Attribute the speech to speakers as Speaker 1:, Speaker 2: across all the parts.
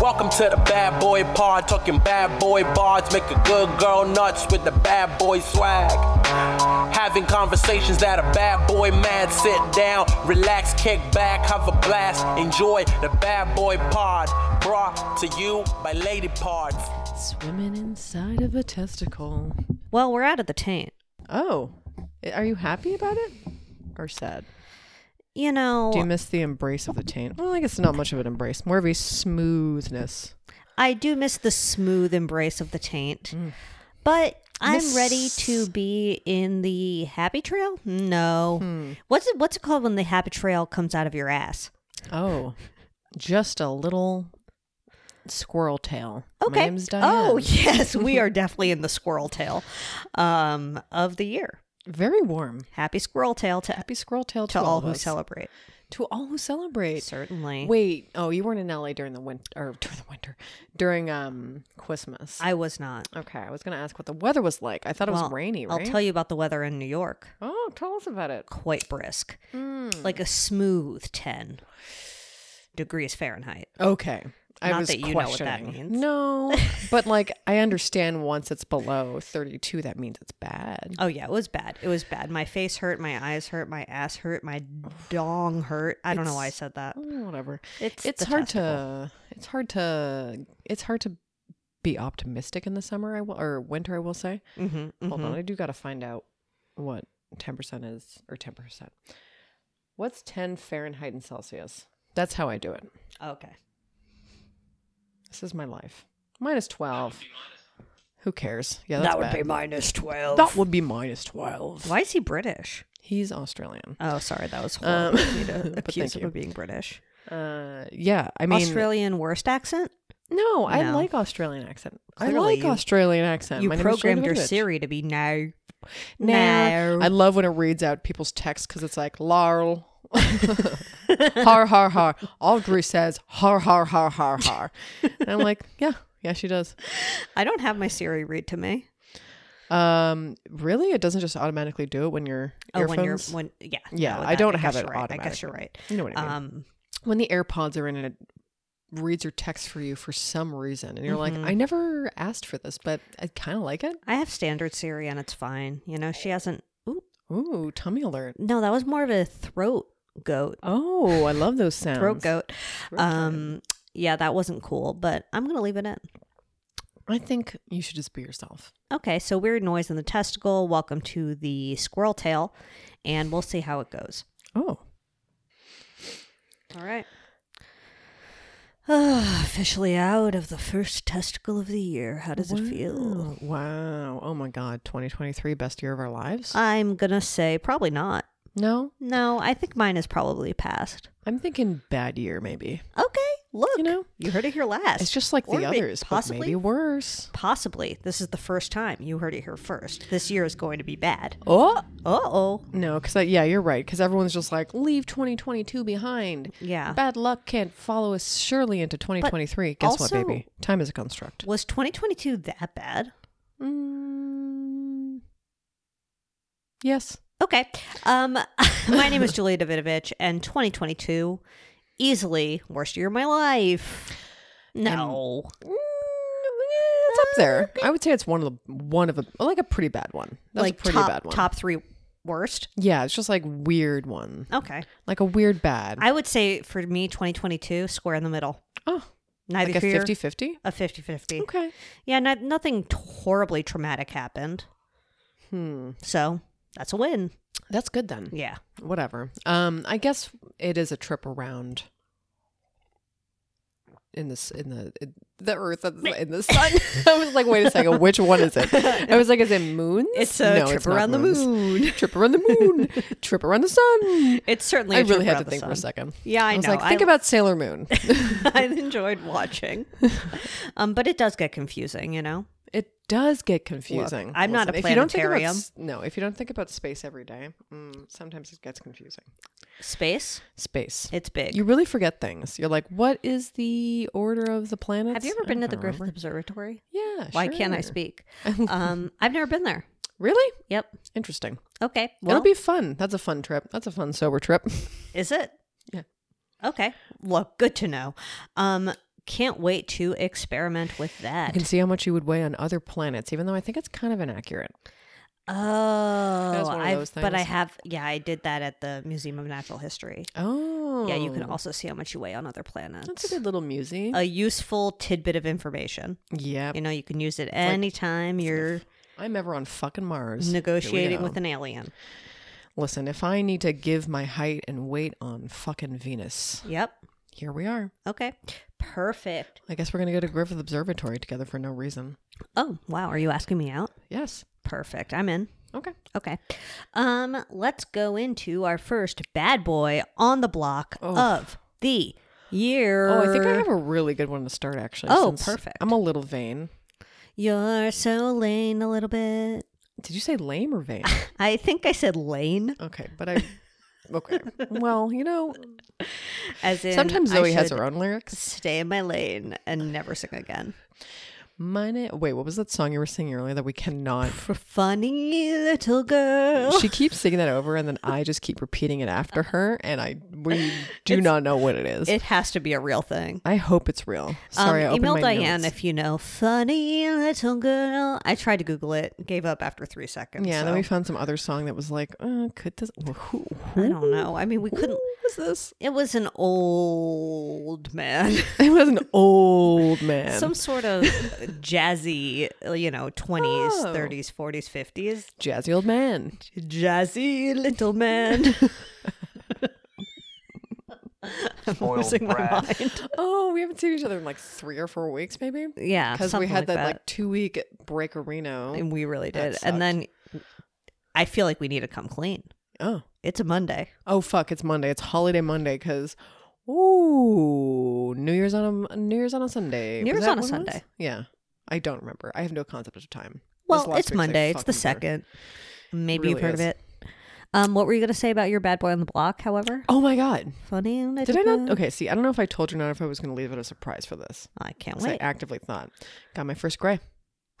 Speaker 1: Welcome to the bad boy pod, talking bad boy bards, make a good girl nuts with the bad boy swag. Having conversations that a bad boy mad, sit down, relax, kick back, have a blast, enjoy the bad boy pod, brought to you by Lady Pods.
Speaker 2: Swimming inside of a testicle.
Speaker 3: Well, we're out of the taint.
Speaker 2: Oh, I- are you happy about it or sad?
Speaker 3: You know,
Speaker 2: Do you miss the embrace of the taint? Well, I guess not much of an embrace, more of a smoothness.
Speaker 3: I do miss the smooth embrace of the taint, but I'm
Speaker 2: Mm. Miss-
Speaker 3: ready to be in the happy trail. No,
Speaker 2: Hmm.
Speaker 3: what's it? What's it called when the happy trail comes out of your ass?
Speaker 2: Oh, just a little squirrel tail.
Speaker 3: Okay.
Speaker 2: My name's Diane.
Speaker 3: Oh yes, we are definitely in the squirrel tail um, of the year.
Speaker 2: very warm.
Speaker 3: Happy squirrel tail to
Speaker 2: Happy squirrel tail to,
Speaker 3: to all who
Speaker 2: of us.
Speaker 3: celebrate.
Speaker 2: To all who celebrate.
Speaker 3: Certainly,
Speaker 2: Wait. Oh, you weren't in LA during the winter or during the winter during um Christmas.
Speaker 3: I was not.
Speaker 2: okay, I was gonna ask what the weather was like. I thought it
Speaker 3: Well,
Speaker 2: was rainy. Right?
Speaker 3: I'll tell you about the weather in New York.
Speaker 2: Oh, tell us about it.
Speaker 3: Quite brisk, like a smooth ten degrees Fahrenheit.
Speaker 2: Okay. I
Speaker 3: Not
Speaker 2: was
Speaker 3: that you know what that
Speaker 2: questioning.
Speaker 3: means.
Speaker 2: No, but like I understand once it's below 32, that means it's bad.
Speaker 3: Oh yeah, it was bad. It was bad. My face hurt, my eyes hurt, my ass hurt, my dong hurt. I don't know why I said that.
Speaker 2: Mm, Whatever.
Speaker 3: It's
Speaker 2: It's
Speaker 3: the
Speaker 2: hard
Speaker 3: testicle.
Speaker 2: to. It's hard to. It's hard to be optimistic in the summer. I will or winter. I will say.
Speaker 3: Mhm,
Speaker 2: Hold on.
Speaker 3: mhm.
Speaker 2: I do got to find out what 10 percent is or 10 percent. What's 10 Fahrenheit and Celsius? That's how I do it.
Speaker 3: mm-hmm. Okay.
Speaker 2: This is my life. Minus 12. Who cares? Yeah, that's
Speaker 3: That would
Speaker 2: bad.
Speaker 3: be minus twelve.
Speaker 2: That would be minus 12.
Speaker 3: Why is he British?
Speaker 2: He's Australian.
Speaker 3: Oh, sorry, that was
Speaker 2: Um,
Speaker 3: horrible. of me to
Speaker 2: but
Speaker 3: accuse
Speaker 2: thank
Speaker 3: him
Speaker 2: you.
Speaker 3: of being British.
Speaker 2: Uh, yeah, I mean,
Speaker 3: Australian worst accent.
Speaker 2: no, I
Speaker 3: No.
Speaker 2: like Australian accent. I
Speaker 3: Clearly
Speaker 2: like
Speaker 3: you-
Speaker 2: Australian accent.
Speaker 3: You
Speaker 2: My name is
Speaker 3: programmed your
Speaker 2: Shirley Vidovich.
Speaker 3: Siri to be no,
Speaker 2: Nah.
Speaker 3: no.
Speaker 2: I love when it reads out people's texts because it's like Laurel. har har har. Audrey says har har har har har, and I'm like, yeah, yeah, she does.
Speaker 3: I don't have my Siri read to me.
Speaker 2: Um, really, it doesn't just automatically do it when you're
Speaker 3: Oh, when you're
Speaker 2: earphones?
Speaker 3: when yeah
Speaker 2: Yeah,
Speaker 3: no,
Speaker 2: I
Speaker 3: that-
Speaker 2: don't
Speaker 3: guess
Speaker 2: have it
Speaker 3: you're right. I guess you're right.
Speaker 2: you know what I mean.
Speaker 3: Um,
Speaker 2: when the AirPods are in and it reads your text for you for some reason, and you're
Speaker 3: Mhm.
Speaker 2: like, I never asked for this, but I kind of like it.
Speaker 3: I have standard Siri and it's fine. You know, she hasn't. Ooh,
Speaker 2: Ooh, tummy alert.
Speaker 3: no, that was more of a throat goat,
Speaker 2: Oh, I love those sounds.
Speaker 3: throat goat.
Speaker 2: Throat goat.
Speaker 3: Um, yeah, that wasn't cool, but I'm gonna leave it in.
Speaker 2: I think you should just be yourself.
Speaker 3: Okay, so weird noise in the testicle. Welcome to the squirrel tail, and we'll see how it goes.
Speaker 2: Oh,
Speaker 3: All right. Ah, officially out of the first testicle of the year. How does it feel?
Speaker 2: Wow. Oh my God. 2023, best year of our lives.
Speaker 3: I'm gonna say probably not.
Speaker 2: no,
Speaker 3: No, I think mine is probably past.
Speaker 2: I'm thinking bad year, maybe.
Speaker 3: Okay, look,
Speaker 2: You know,
Speaker 3: you heard it here last.
Speaker 2: it's just like
Speaker 3: Or
Speaker 2: the
Speaker 3: may-
Speaker 2: others,
Speaker 3: possibly,
Speaker 2: but maybe worse.
Speaker 3: possibly. This is the first time you heard it here first. This year is going to be bad.
Speaker 2: Oh
Speaker 3: Uh oh.
Speaker 2: no, because yeah, you're right. Because everyone's just like, leave 2022 behind.
Speaker 3: Yeah.
Speaker 2: Bad luck can't follow us surely into 2023. Guess
Speaker 3: also-
Speaker 2: what, baby? Time is a construct.
Speaker 3: Was 2022 that bad?
Speaker 2: Mm. Yes.
Speaker 3: Okay. Um, my name is Julia Davidovich, and 2022 easily worst year of my life. No.
Speaker 2: Mm, It's up there. I would say it's one of the one of the like a pretty bad one. That's
Speaker 3: like
Speaker 2: a pretty
Speaker 3: top,
Speaker 2: bad one.
Speaker 3: top three worst.
Speaker 2: Yeah, it's just like weird one,
Speaker 3: Okay.
Speaker 2: like a weird bad.
Speaker 3: I would say for me, 2022, square in the middle.
Speaker 2: oh,
Speaker 3: Neither
Speaker 2: like a
Speaker 3: here,
Speaker 2: 50-50?
Speaker 3: a 50 50.
Speaker 2: Okay.
Speaker 3: Yeah, not, nothing t- horribly traumatic happened.
Speaker 2: Hmm.
Speaker 3: So that's a win.
Speaker 2: That's good then.
Speaker 3: Yeah.
Speaker 2: Whatever. Um, I guess it is a trip around in this in the in the earth in the sun. I was like, wait a second, which one is it? I was like, is it moons?
Speaker 3: It's a
Speaker 2: No,
Speaker 3: trip
Speaker 2: not
Speaker 3: around the
Speaker 2: moons.
Speaker 3: moon.
Speaker 2: Trip around the moon. trip around the sun.
Speaker 3: It's certainly.
Speaker 2: I
Speaker 3: a
Speaker 2: really
Speaker 3: trip
Speaker 2: had
Speaker 3: around
Speaker 2: to
Speaker 3: the
Speaker 2: think for a
Speaker 3: sun.
Speaker 2: second.
Speaker 3: Yeah, I,
Speaker 2: I was
Speaker 3: know.
Speaker 2: like, think
Speaker 3: I,
Speaker 2: about Sailor Moon.
Speaker 3: I enjoyed watching, um, but it does get confusing, you know.
Speaker 2: It does get confusing.
Speaker 3: I'm not a
Speaker 2: if you don't think about
Speaker 3: planetarium.
Speaker 2: s- no, if you don't think about space every day, mm, sometimes it gets confusing.
Speaker 3: Space,
Speaker 2: Space.
Speaker 3: it's big.
Speaker 2: you really forget things. You're like, what is the order of the planets?
Speaker 3: Have you
Speaker 2: I
Speaker 3: ever been to
Speaker 2: don't
Speaker 3: the Griffith
Speaker 2: remember.
Speaker 3: Observatory?
Speaker 2: Yeah.
Speaker 3: Why can't I
Speaker 2: sure.
Speaker 3: speak? um, I've never been there.
Speaker 2: Really
Speaker 3: Yep.
Speaker 2: interesting.
Speaker 3: Okay. Well,
Speaker 2: It'll be fun. That's a fun trip. That's a fun sober trip.
Speaker 3: is it?
Speaker 2: Yeah.
Speaker 3: Okay. Well, good to know. Um, Can't wait to experiment with
Speaker 2: I
Speaker 3: that.
Speaker 2: can see how much you would weigh on other planets, even though I think it's kind of inaccurate.
Speaker 3: Oh,
Speaker 2: one of
Speaker 3: I've,
Speaker 2: those
Speaker 3: but I
Speaker 2: things.
Speaker 3: have. Yeah, I did that at the Museum of Natural History.
Speaker 2: Oh,
Speaker 3: Yeah, you Uh, can also see how much you weigh on other planets.
Speaker 2: That's a good little museum.
Speaker 3: a useful tidbit of information.
Speaker 2: yeah,
Speaker 3: You know, you can use it anytime you're
Speaker 2: I'm ever on fucking Mars. Here we
Speaker 3: negotiating
Speaker 2: go.
Speaker 3: with an alien.
Speaker 2: Listen, if I need to give my height and weight on fucking Venus,
Speaker 3: Yep.
Speaker 2: here we are.
Speaker 3: Okay. Perfect.
Speaker 2: I guess we're gonna go to Griffith Observatory together for no reason.
Speaker 3: Oh, wow. Are you asking me out?
Speaker 2: Yes.
Speaker 3: Perfect. I'm in.
Speaker 2: Okay.
Speaker 3: Okay. Um, let's go into our first bad boy on the block of the year.
Speaker 2: Oh, I think I have a really good one to start actually.
Speaker 3: Oh,
Speaker 2: since
Speaker 3: perfect.
Speaker 2: I'm a little vain.
Speaker 3: You're so lame a little bit.
Speaker 2: Did you say lame or vain?
Speaker 3: I think I said lane,
Speaker 2: okay, but I. Okay. Well, you know,
Speaker 3: as in
Speaker 2: sometimes
Speaker 3: I
Speaker 2: Zoe has
Speaker 3: should
Speaker 2: her own lyrics.
Speaker 3: Stay in my lane and never sing again.
Speaker 2: My na- Wait, what was that song you were singing earlier that we cannot?
Speaker 3: For funny little girl.
Speaker 2: She keeps singing that over, and then I just keep repeating it after her, and I we do not know what it is.
Speaker 3: It has to be a real thing.
Speaker 2: I hope it's real. Sorry, I
Speaker 3: um,
Speaker 2: opened
Speaker 3: email
Speaker 2: my
Speaker 3: Diane
Speaker 2: notes.
Speaker 3: if you know funny little girl. I tried to Google it, gave up after three seconds.
Speaker 2: yeah,
Speaker 3: so.
Speaker 2: and then we found some other song that was like, uh, could this? wh- Who, who,
Speaker 3: I don't know. I mean, we couldn't.
Speaker 2: who is this?
Speaker 3: It was an old man,
Speaker 2: It was an old man.
Speaker 3: some sort of jazzy, you know, twenties,
Speaker 2: Oh.
Speaker 3: thirties, forties, fifties,
Speaker 2: jazzy old man.
Speaker 3: jazzy little man. I'm
Speaker 1: Spoiled
Speaker 3: losing my
Speaker 1: brat.
Speaker 3: mind.
Speaker 2: Oh, we haven't seen each other in like three or four weeks, maybe.
Speaker 3: Yeah,
Speaker 2: Because we
Speaker 3: something
Speaker 2: had that,
Speaker 3: that
Speaker 2: like two week break at Reno.
Speaker 3: and we really
Speaker 2: That
Speaker 3: did. And then I feel like we need to come clean.
Speaker 2: Oh,
Speaker 3: It's a Monday.
Speaker 2: oh fuck! It's Monday. It's holiday Monday because ooh, New Year's on a New Year's on a Sunday.
Speaker 3: New
Speaker 2: Was
Speaker 3: Year's
Speaker 2: that
Speaker 3: on a
Speaker 2: what it was?
Speaker 3: Sunday.
Speaker 2: Yeah, I don't remember. I have no concept of time. This
Speaker 3: Well,
Speaker 2: last
Speaker 3: it's
Speaker 2: week's, I
Speaker 3: Monday. It's the
Speaker 2: fucking remember.
Speaker 3: second. Maybe you've
Speaker 2: Really
Speaker 3: heard
Speaker 2: is.
Speaker 3: of it. Um, what were you going to say about your bad boy on the block? However,
Speaker 2: Oh my god!
Speaker 3: funny. little
Speaker 2: Did I not?
Speaker 3: girl.
Speaker 2: Okay, see, I don't know if I told you or not if I was going to leave it a surprise for this.
Speaker 3: I can't
Speaker 2: 'Cause I
Speaker 3: wait.
Speaker 2: actively thought. Got my first gray.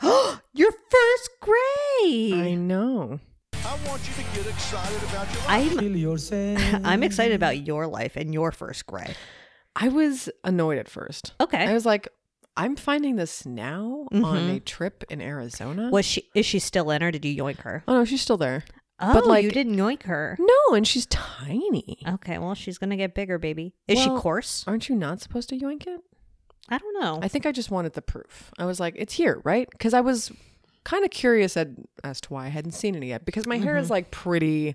Speaker 3: your first grade.
Speaker 2: I know.
Speaker 4: I want you to get excited about your life.
Speaker 3: I'm I'm excited about your life and your first grade.
Speaker 2: I was annoyed at first. I
Speaker 3: Okay.
Speaker 2: was like, I'm finding this now on
Speaker 3: Mhm.
Speaker 2: a trip in Arizona.
Speaker 3: Was she? Is she still in, or did you yoink her?
Speaker 2: Oh no, she's still there.
Speaker 3: Oh,
Speaker 2: But, like-
Speaker 3: you didn't yoink her. Uh.
Speaker 2: No, and she's tiny.
Speaker 3: Okay. Well, she's gonna get bigger, baby. Is
Speaker 2: Well-
Speaker 3: she coarse?
Speaker 2: Aren't you not supposed to yoink it?
Speaker 3: I don't know.
Speaker 2: I think I just wanted the proof. I was like, it's here, right? Because I was kind of curious at, as to why I hadn't seen it yet. Because my hair
Speaker 3: Mm-hmm.
Speaker 2: is like pretty,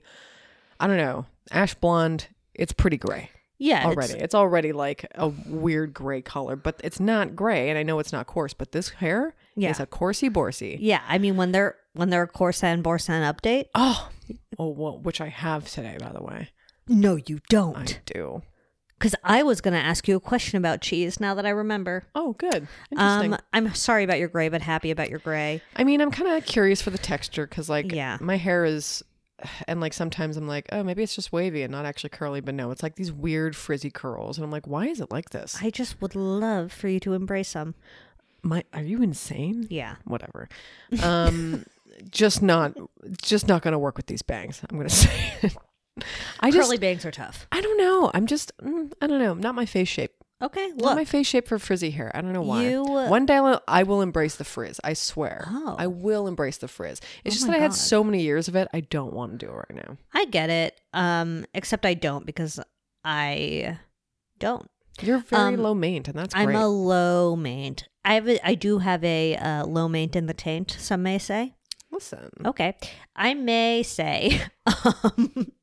Speaker 2: I don't know, ash blonde. It's pretty gray
Speaker 3: yeah. it's-
Speaker 2: already. It's, already like a weird gray color, but it's not gray, and I know it's not coarse. But this hair
Speaker 3: Yeah.
Speaker 2: is a coursey borsey.
Speaker 3: Yeah, I mean when they're when they're a Corsan Borsan update.
Speaker 2: Oh, oh, well, which I have today, by the way.
Speaker 3: No, you
Speaker 2: I
Speaker 3: don't.
Speaker 2: do.
Speaker 3: Because I was going to ask you a question about cheese. Now that I remember,
Speaker 2: Oh, good. Interesting.
Speaker 3: um, I'm sorry about your gray, but happy about your gray.
Speaker 2: I mean, I'm kind of curious for the texture because, like,
Speaker 3: Yeah.
Speaker 2: my hair is, and like sometimes I'm like, oh, maybe it's just wavy and not actually curly, but no, it's like these weird frizzy curls, and I'm like, why is it like this?
Speaker 3: I just would love for you to embrace them.
Speaker 2: my, are you insane?
Speaker 3: Yeah,
Speaker 2: Whatever. Um, just not, just not gonna work with these bangs. I'm gonna say. I just,
Speaker 3: curly bangs are tough.
Speaker 2: I don't know. I'm just, mm, I don't know. Not my face shape.
Speaker 3: Okay,
Speaker 2: Not
Speaker 3: look,
Speaker 2: my face shape for frizzy hair. I don't know why.
Speaker 3: You-
Speaker 2: One day I'll- I will embrace the frizz. I swear.
Speaker 3: Oh.
Speaker 2: I will embrace the frizz. It's
Speaker 3: Oh
Speaker 2: just
Speaker 3: my
Speaker 2: that I had
Speaker 3: God.
Speaker 2: so many years of it. I don't want to do it right now.
Speaker 3: I get it. Um, except I don't because I don't.
Speaker 2: You're very
Speaker 3: Um,
Speaker 2: low maint, and that's great.
Speaker 3: I'm a low maint. I have a, I do have a uh, low maint in the taint. Some may say.
Speaker 2: Listen.
Speaker 3: Okay, I may say. Um,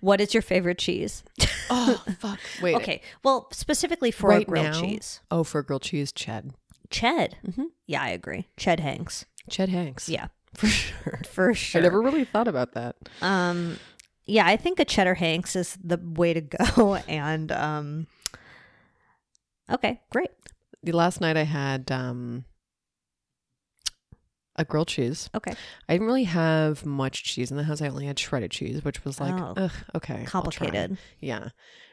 Speaker 3: what is your favorite cheese?
Speaker 2: Oh, fuck. Wait.
Speaker 3: Okay. Well, specifically for
Speaker 2: Right
Speaker 3: grilled
Speaker 2: now?
Speaker 3: cheese.
Speaker 2: Oh, for grilled cheese, Ched.
Speaker 3: Ched. Mm-hmm.
Speaker 2: Mhm.
Speaker 3: Yeah, I agree. Ched Hanks.
Speaker 2: Ched Hanks.
Speaker 3: Yeah,
Speaker 2: For sure.
Speaker 3: for sure.
Speaker 2: I never really thought about that.
Speaker 3: Um, yeah, I think a Cheddar Hanks is the way to go. And um, okay, great.
Speaker 2: The last night I had um, a grilled cheese.
Speaker 3: Okay,
Speaker 2: I didn't really have much cheese in the house. I only had shredded cheese, which was like,
Speaker 3: Oh.
Speaker 2: ugh, okay. I'll try.
Speaker 3: complicated.
Speaker 2: Yeah.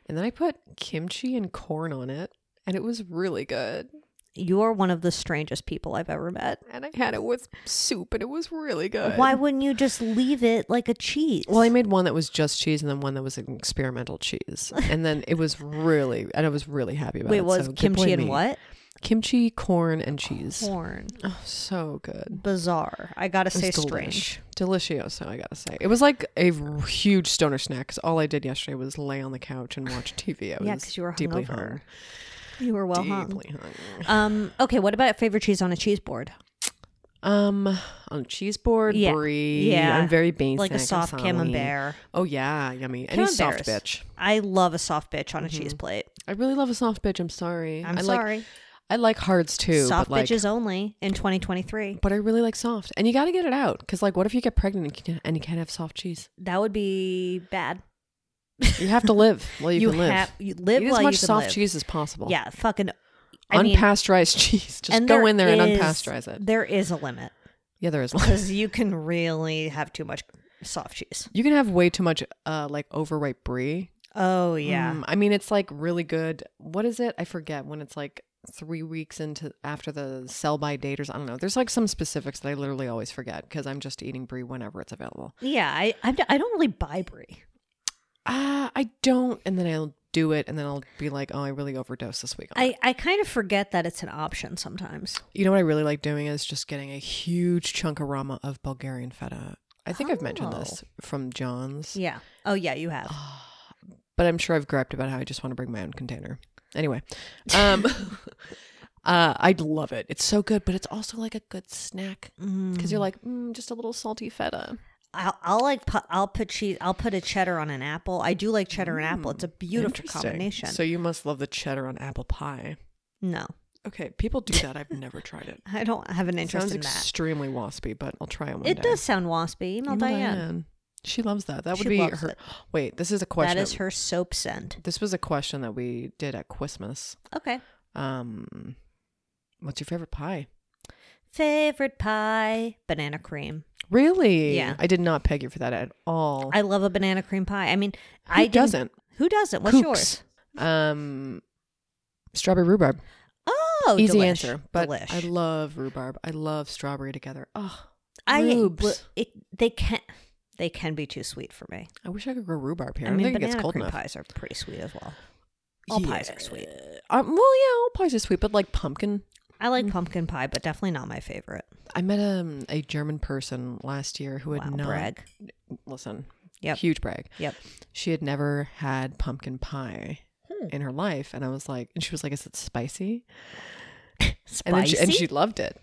Speaker 2: And then I put kimchi and corn on it, and it was really good.
Speaker 3: You are one of the strangest people I've ever met.
Speaker 2: And I had it with soup, and it was really good.
Speaker 3: Why wouldn't you just leave it like a cheese?
Speaker 2: Well, I made one that was just cheese, and then one that was an experimental cheese, and then it was really, and I was really happy about it.
Speaker 3: wait, was
Speaker 2: So good boy
Speaker 3: kimchi
Speaker 2: me.
Speaker 3: and what? Oh.
Speaker 2: Kimchi, corn, and cheese.
Speaker 3: Corn.
Speaker 2: So good.
Speaker 3: Bizarre. I gotta say,
Speaker 2: It's
Speaker 3: strange.
Speaker 2: delish. Delicioso, I gotta say. It was like a r- huge stoner snack because all I did yesterday was lay on the couch and watch TV. I was
Speaker 3: Yeah, 'cause you were
Speaker 2: deeply
Speaker 3: hungover. Uh-huh.
Speaker 2: hung.
Speaker 3: You were well hung.
Speaker 2: Deeply hung.
Speaker 3: Um. Okay. What about favorite cheese on a cheese board?
Speaker 2: Um, on a cheese board,
Speaker 3: Yeah.
Speaker 2: brie.
Speaker 3: Yeah.
Speaker 2: I'm very basic.
Speaker 3: Like a soft
Speaker 2: acai.
Speaker 3: camembert.
Speaker 2: Oh yeah, yummy. Any soft
Speaker 3: Camemberts.
Speaker 2: bitch.
Speaker 3: I love a soft bitch on a cheese plate.
Speaker 2: I really love a soft bitch. I'm sorry.
Speaker 3: I'm
Speaker 2: Mm-hmm. I
Speaker 3: sorry.
Speaker 2: Like, I like hards too.
Speaker 3: soft
Speaker 2: but like,
Speaker 3: bitches only in 2023.
Speaker 2: But I really like soft, and you got to get it out because, like, what if you get pregnant and you, can't, and you can't have soft cheese?
Speaker 3: That would be bad.
Speaker 2: You have to live. Well, you,
Speaker 3: You
Speaker 2: can live.
Speaker 3: have- you live
Speaker 2: Eat
Speaker 3: while
Speaker 2: as
Speaker 3: you
Speaker 2: much
Speaker 3: can
Speaker 2: soft
Speaker 3: live.
Speaker 2: cheese as possible.
Speaker 3: Yeah, fucking. I mean,
Speaker 2: unpasteurized cheese. Just
Speaker 3: and
Speaker 2: go in there and
Speaker 3: is-
Speaker 2: unpasteurize it.
Speaker 3: There is a limit
Speaker 2: Yeah, there is one.
Speaker 3: because you can really have too much soft cheese.
Speaker 2: You can have way too much, uh, like overripe brie.
Speaker 3: Oh yeah,
Speaker 2: Mm, I mean, it's like really good. What is it? I forget when it's like three weeks into after the sell by date or s- I don't know. There's like some specifics that I literally always forget because I'm just eating brie whenever it's available.
Speaker 3: yeah. I I'm, I don't really buy brie.
Speaker 2: Ah, I don't, and then I'll do it, and then I'll be like, oh, I really overdosed this week. on it.
Speaker 3: I I kind of forget that it's an option sometimes.
Speaker 2: you know what I really like doing is just getting a huge chunk of rama of Bulgarian feta. I think I've mentioned this
Speaker 3: Oh.
Speaker 2: from John's,
Speaker 3: Yeah. Oh yeah, you have.
Speaker 2: Ah. but I'm sure I've griped about how I just want to bring my own container. Anyway, um, uh, I love it. It's so good, but it's also like a good snack because you're like mm, just a little salty feta.
Speaker 3: I'll, I'll like put I'll put cheese. I'll put a cheddar on an apple. I do like cheddar and apple. It's a
Speaker 2: Mm,
Speaker 3: beautiful
Speaker 2: Interesting.
Speaker 3: combination.
Speaker 2: So you must love the cheddar on apple pie.
Speaker 3: no,
Speaker 2: Okay, people do that. I've never tried it.
Speaker 3: I don't have an interest
Speaker 2: Sounds
Speaker 3: in that.
Speaker 2: extremely waspy, but I'll try it one
Speaker 3: It
Speaker 2: day.
Speaker 3: does sound waspy. Email
Speaker 2: Email
Speaker 3: Diane.
Speaker 2: She loves that. That would
Speaker 3: She
Speaker 2: be
Speaker 3: loves
Speaker 2: her.
Speaker 3: it.
Speaker 2: Wait, this is a question.
Speaker 3: That is her soap scent.
Speaker 2: This was a question that we did at Christmas.
Speaker 3: Okay.
Speaker 2: Um, what's your favorite pie?
Speaker 3: Favorite pie, banana cream.
Speaker 2: Really?
Speaker 3: Yeah.
Speaker 2: I did not peg you for that at all.
Speaker 3: I love a banana cream pie. I mean,
Speaker 2: Who
Speaker 3: I didn't-
Speaker 2: doesn't?
Speaker 3: Who doesn't? What's
Speaker 2: Kooks.
Speaker 3: yours?
Speaker 2: Um, strawberry rhubarb.
Speaker 3: Oh,
Speaker 2: Easy
Speaker 3: delish.
Speaker 2: answer. But
Speaker 3: delish.
Speaker 2: I love rhubarb. I love strawberry together. Oh,
Speaker 3: I-
Speaker 2: rhubes.
Speaker 3: well, it, they can they can be too sweet for me.
Speaker 2: I wish I could grow rhubarb here.
Speaker 3: I
Speaker 2: I, don't
Speaker 3: mean,
Speaker 2: think it gets
Speaker 3: banana
Speaker 2: cold
Speaker 3: cream
Speaker 2: enough.
Speaker 3: pies are pretty sweet as well. All pies are sweet.
Speaker 2: Um, well, yeah, all pies are sweet, but like pumpkin
Speaker 3: I
Speaker 2: Mm-hmm.
Speaker 3: like pumpkin pie, but definitely not my favorite.
Speaker 2: I met um, a German person last year who had
Speaker 3: Wow,
Speaker 2: not
Speaker 3: brag.
Speaker 2: listen.
Speaker 3: Yep.
Speaker 2: Huge brag.
Speaker 3: Yep.
Speaker 2: She had never had pumpkin pie
Speaker 3: Hmm.
Speaker 2: in her life, and I was like, and she was like, "Is it spicy?"
Speaker 3: Spicy.
Speaker 2: And then she, and she loved it.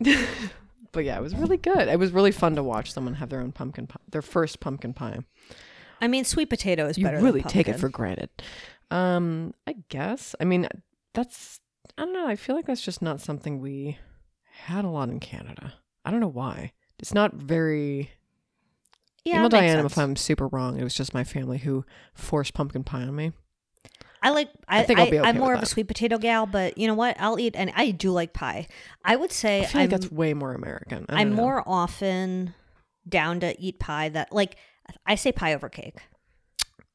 Speaker 2: but yeah, it was really good. It was really fun to watch someone have their own pumpkin pie, their first pumpkin pie.
Speaker 3: I mean, sweet potato is
Speaker 2: you
Speaker 3: better.
Speaker 2: really
Speaker 3: than
Speaker 2: take it
Speaker 3: pumpkin.
Speaker 2: for granted. Um, I guess. I mean, that's. I don't know. I feel like that's just not something we had a lot in Canada. I don't know why. It's not very
Speaker 3: yeah.
Speaker 2: Email
Speaker 3: it makes
Speaker 2: Diana
Speaker 3: sense.
Speaker 2: if I'm super wrong. It was just my family who forced pumpkin pie on me.
Speaker 3: I like. I,
Speaker 2: think
Speaker 3: I
Speaker 2: I'll be okay
Speaker 3: am more
Speaker 2: with
Speaker 3: of
Speaker 2: that.
Speaker 3: a sweet potato gal, but you know what? I'll eat, and I do like pie. I would say
Speaker 2: I feel
Speaker 3: I'm,
Speaker 2: like that's way more American. I
Speaker 3: I'm
Speaker 2: don't know.
Speaker 3: more often down to eat pie. That like I say pie over cake.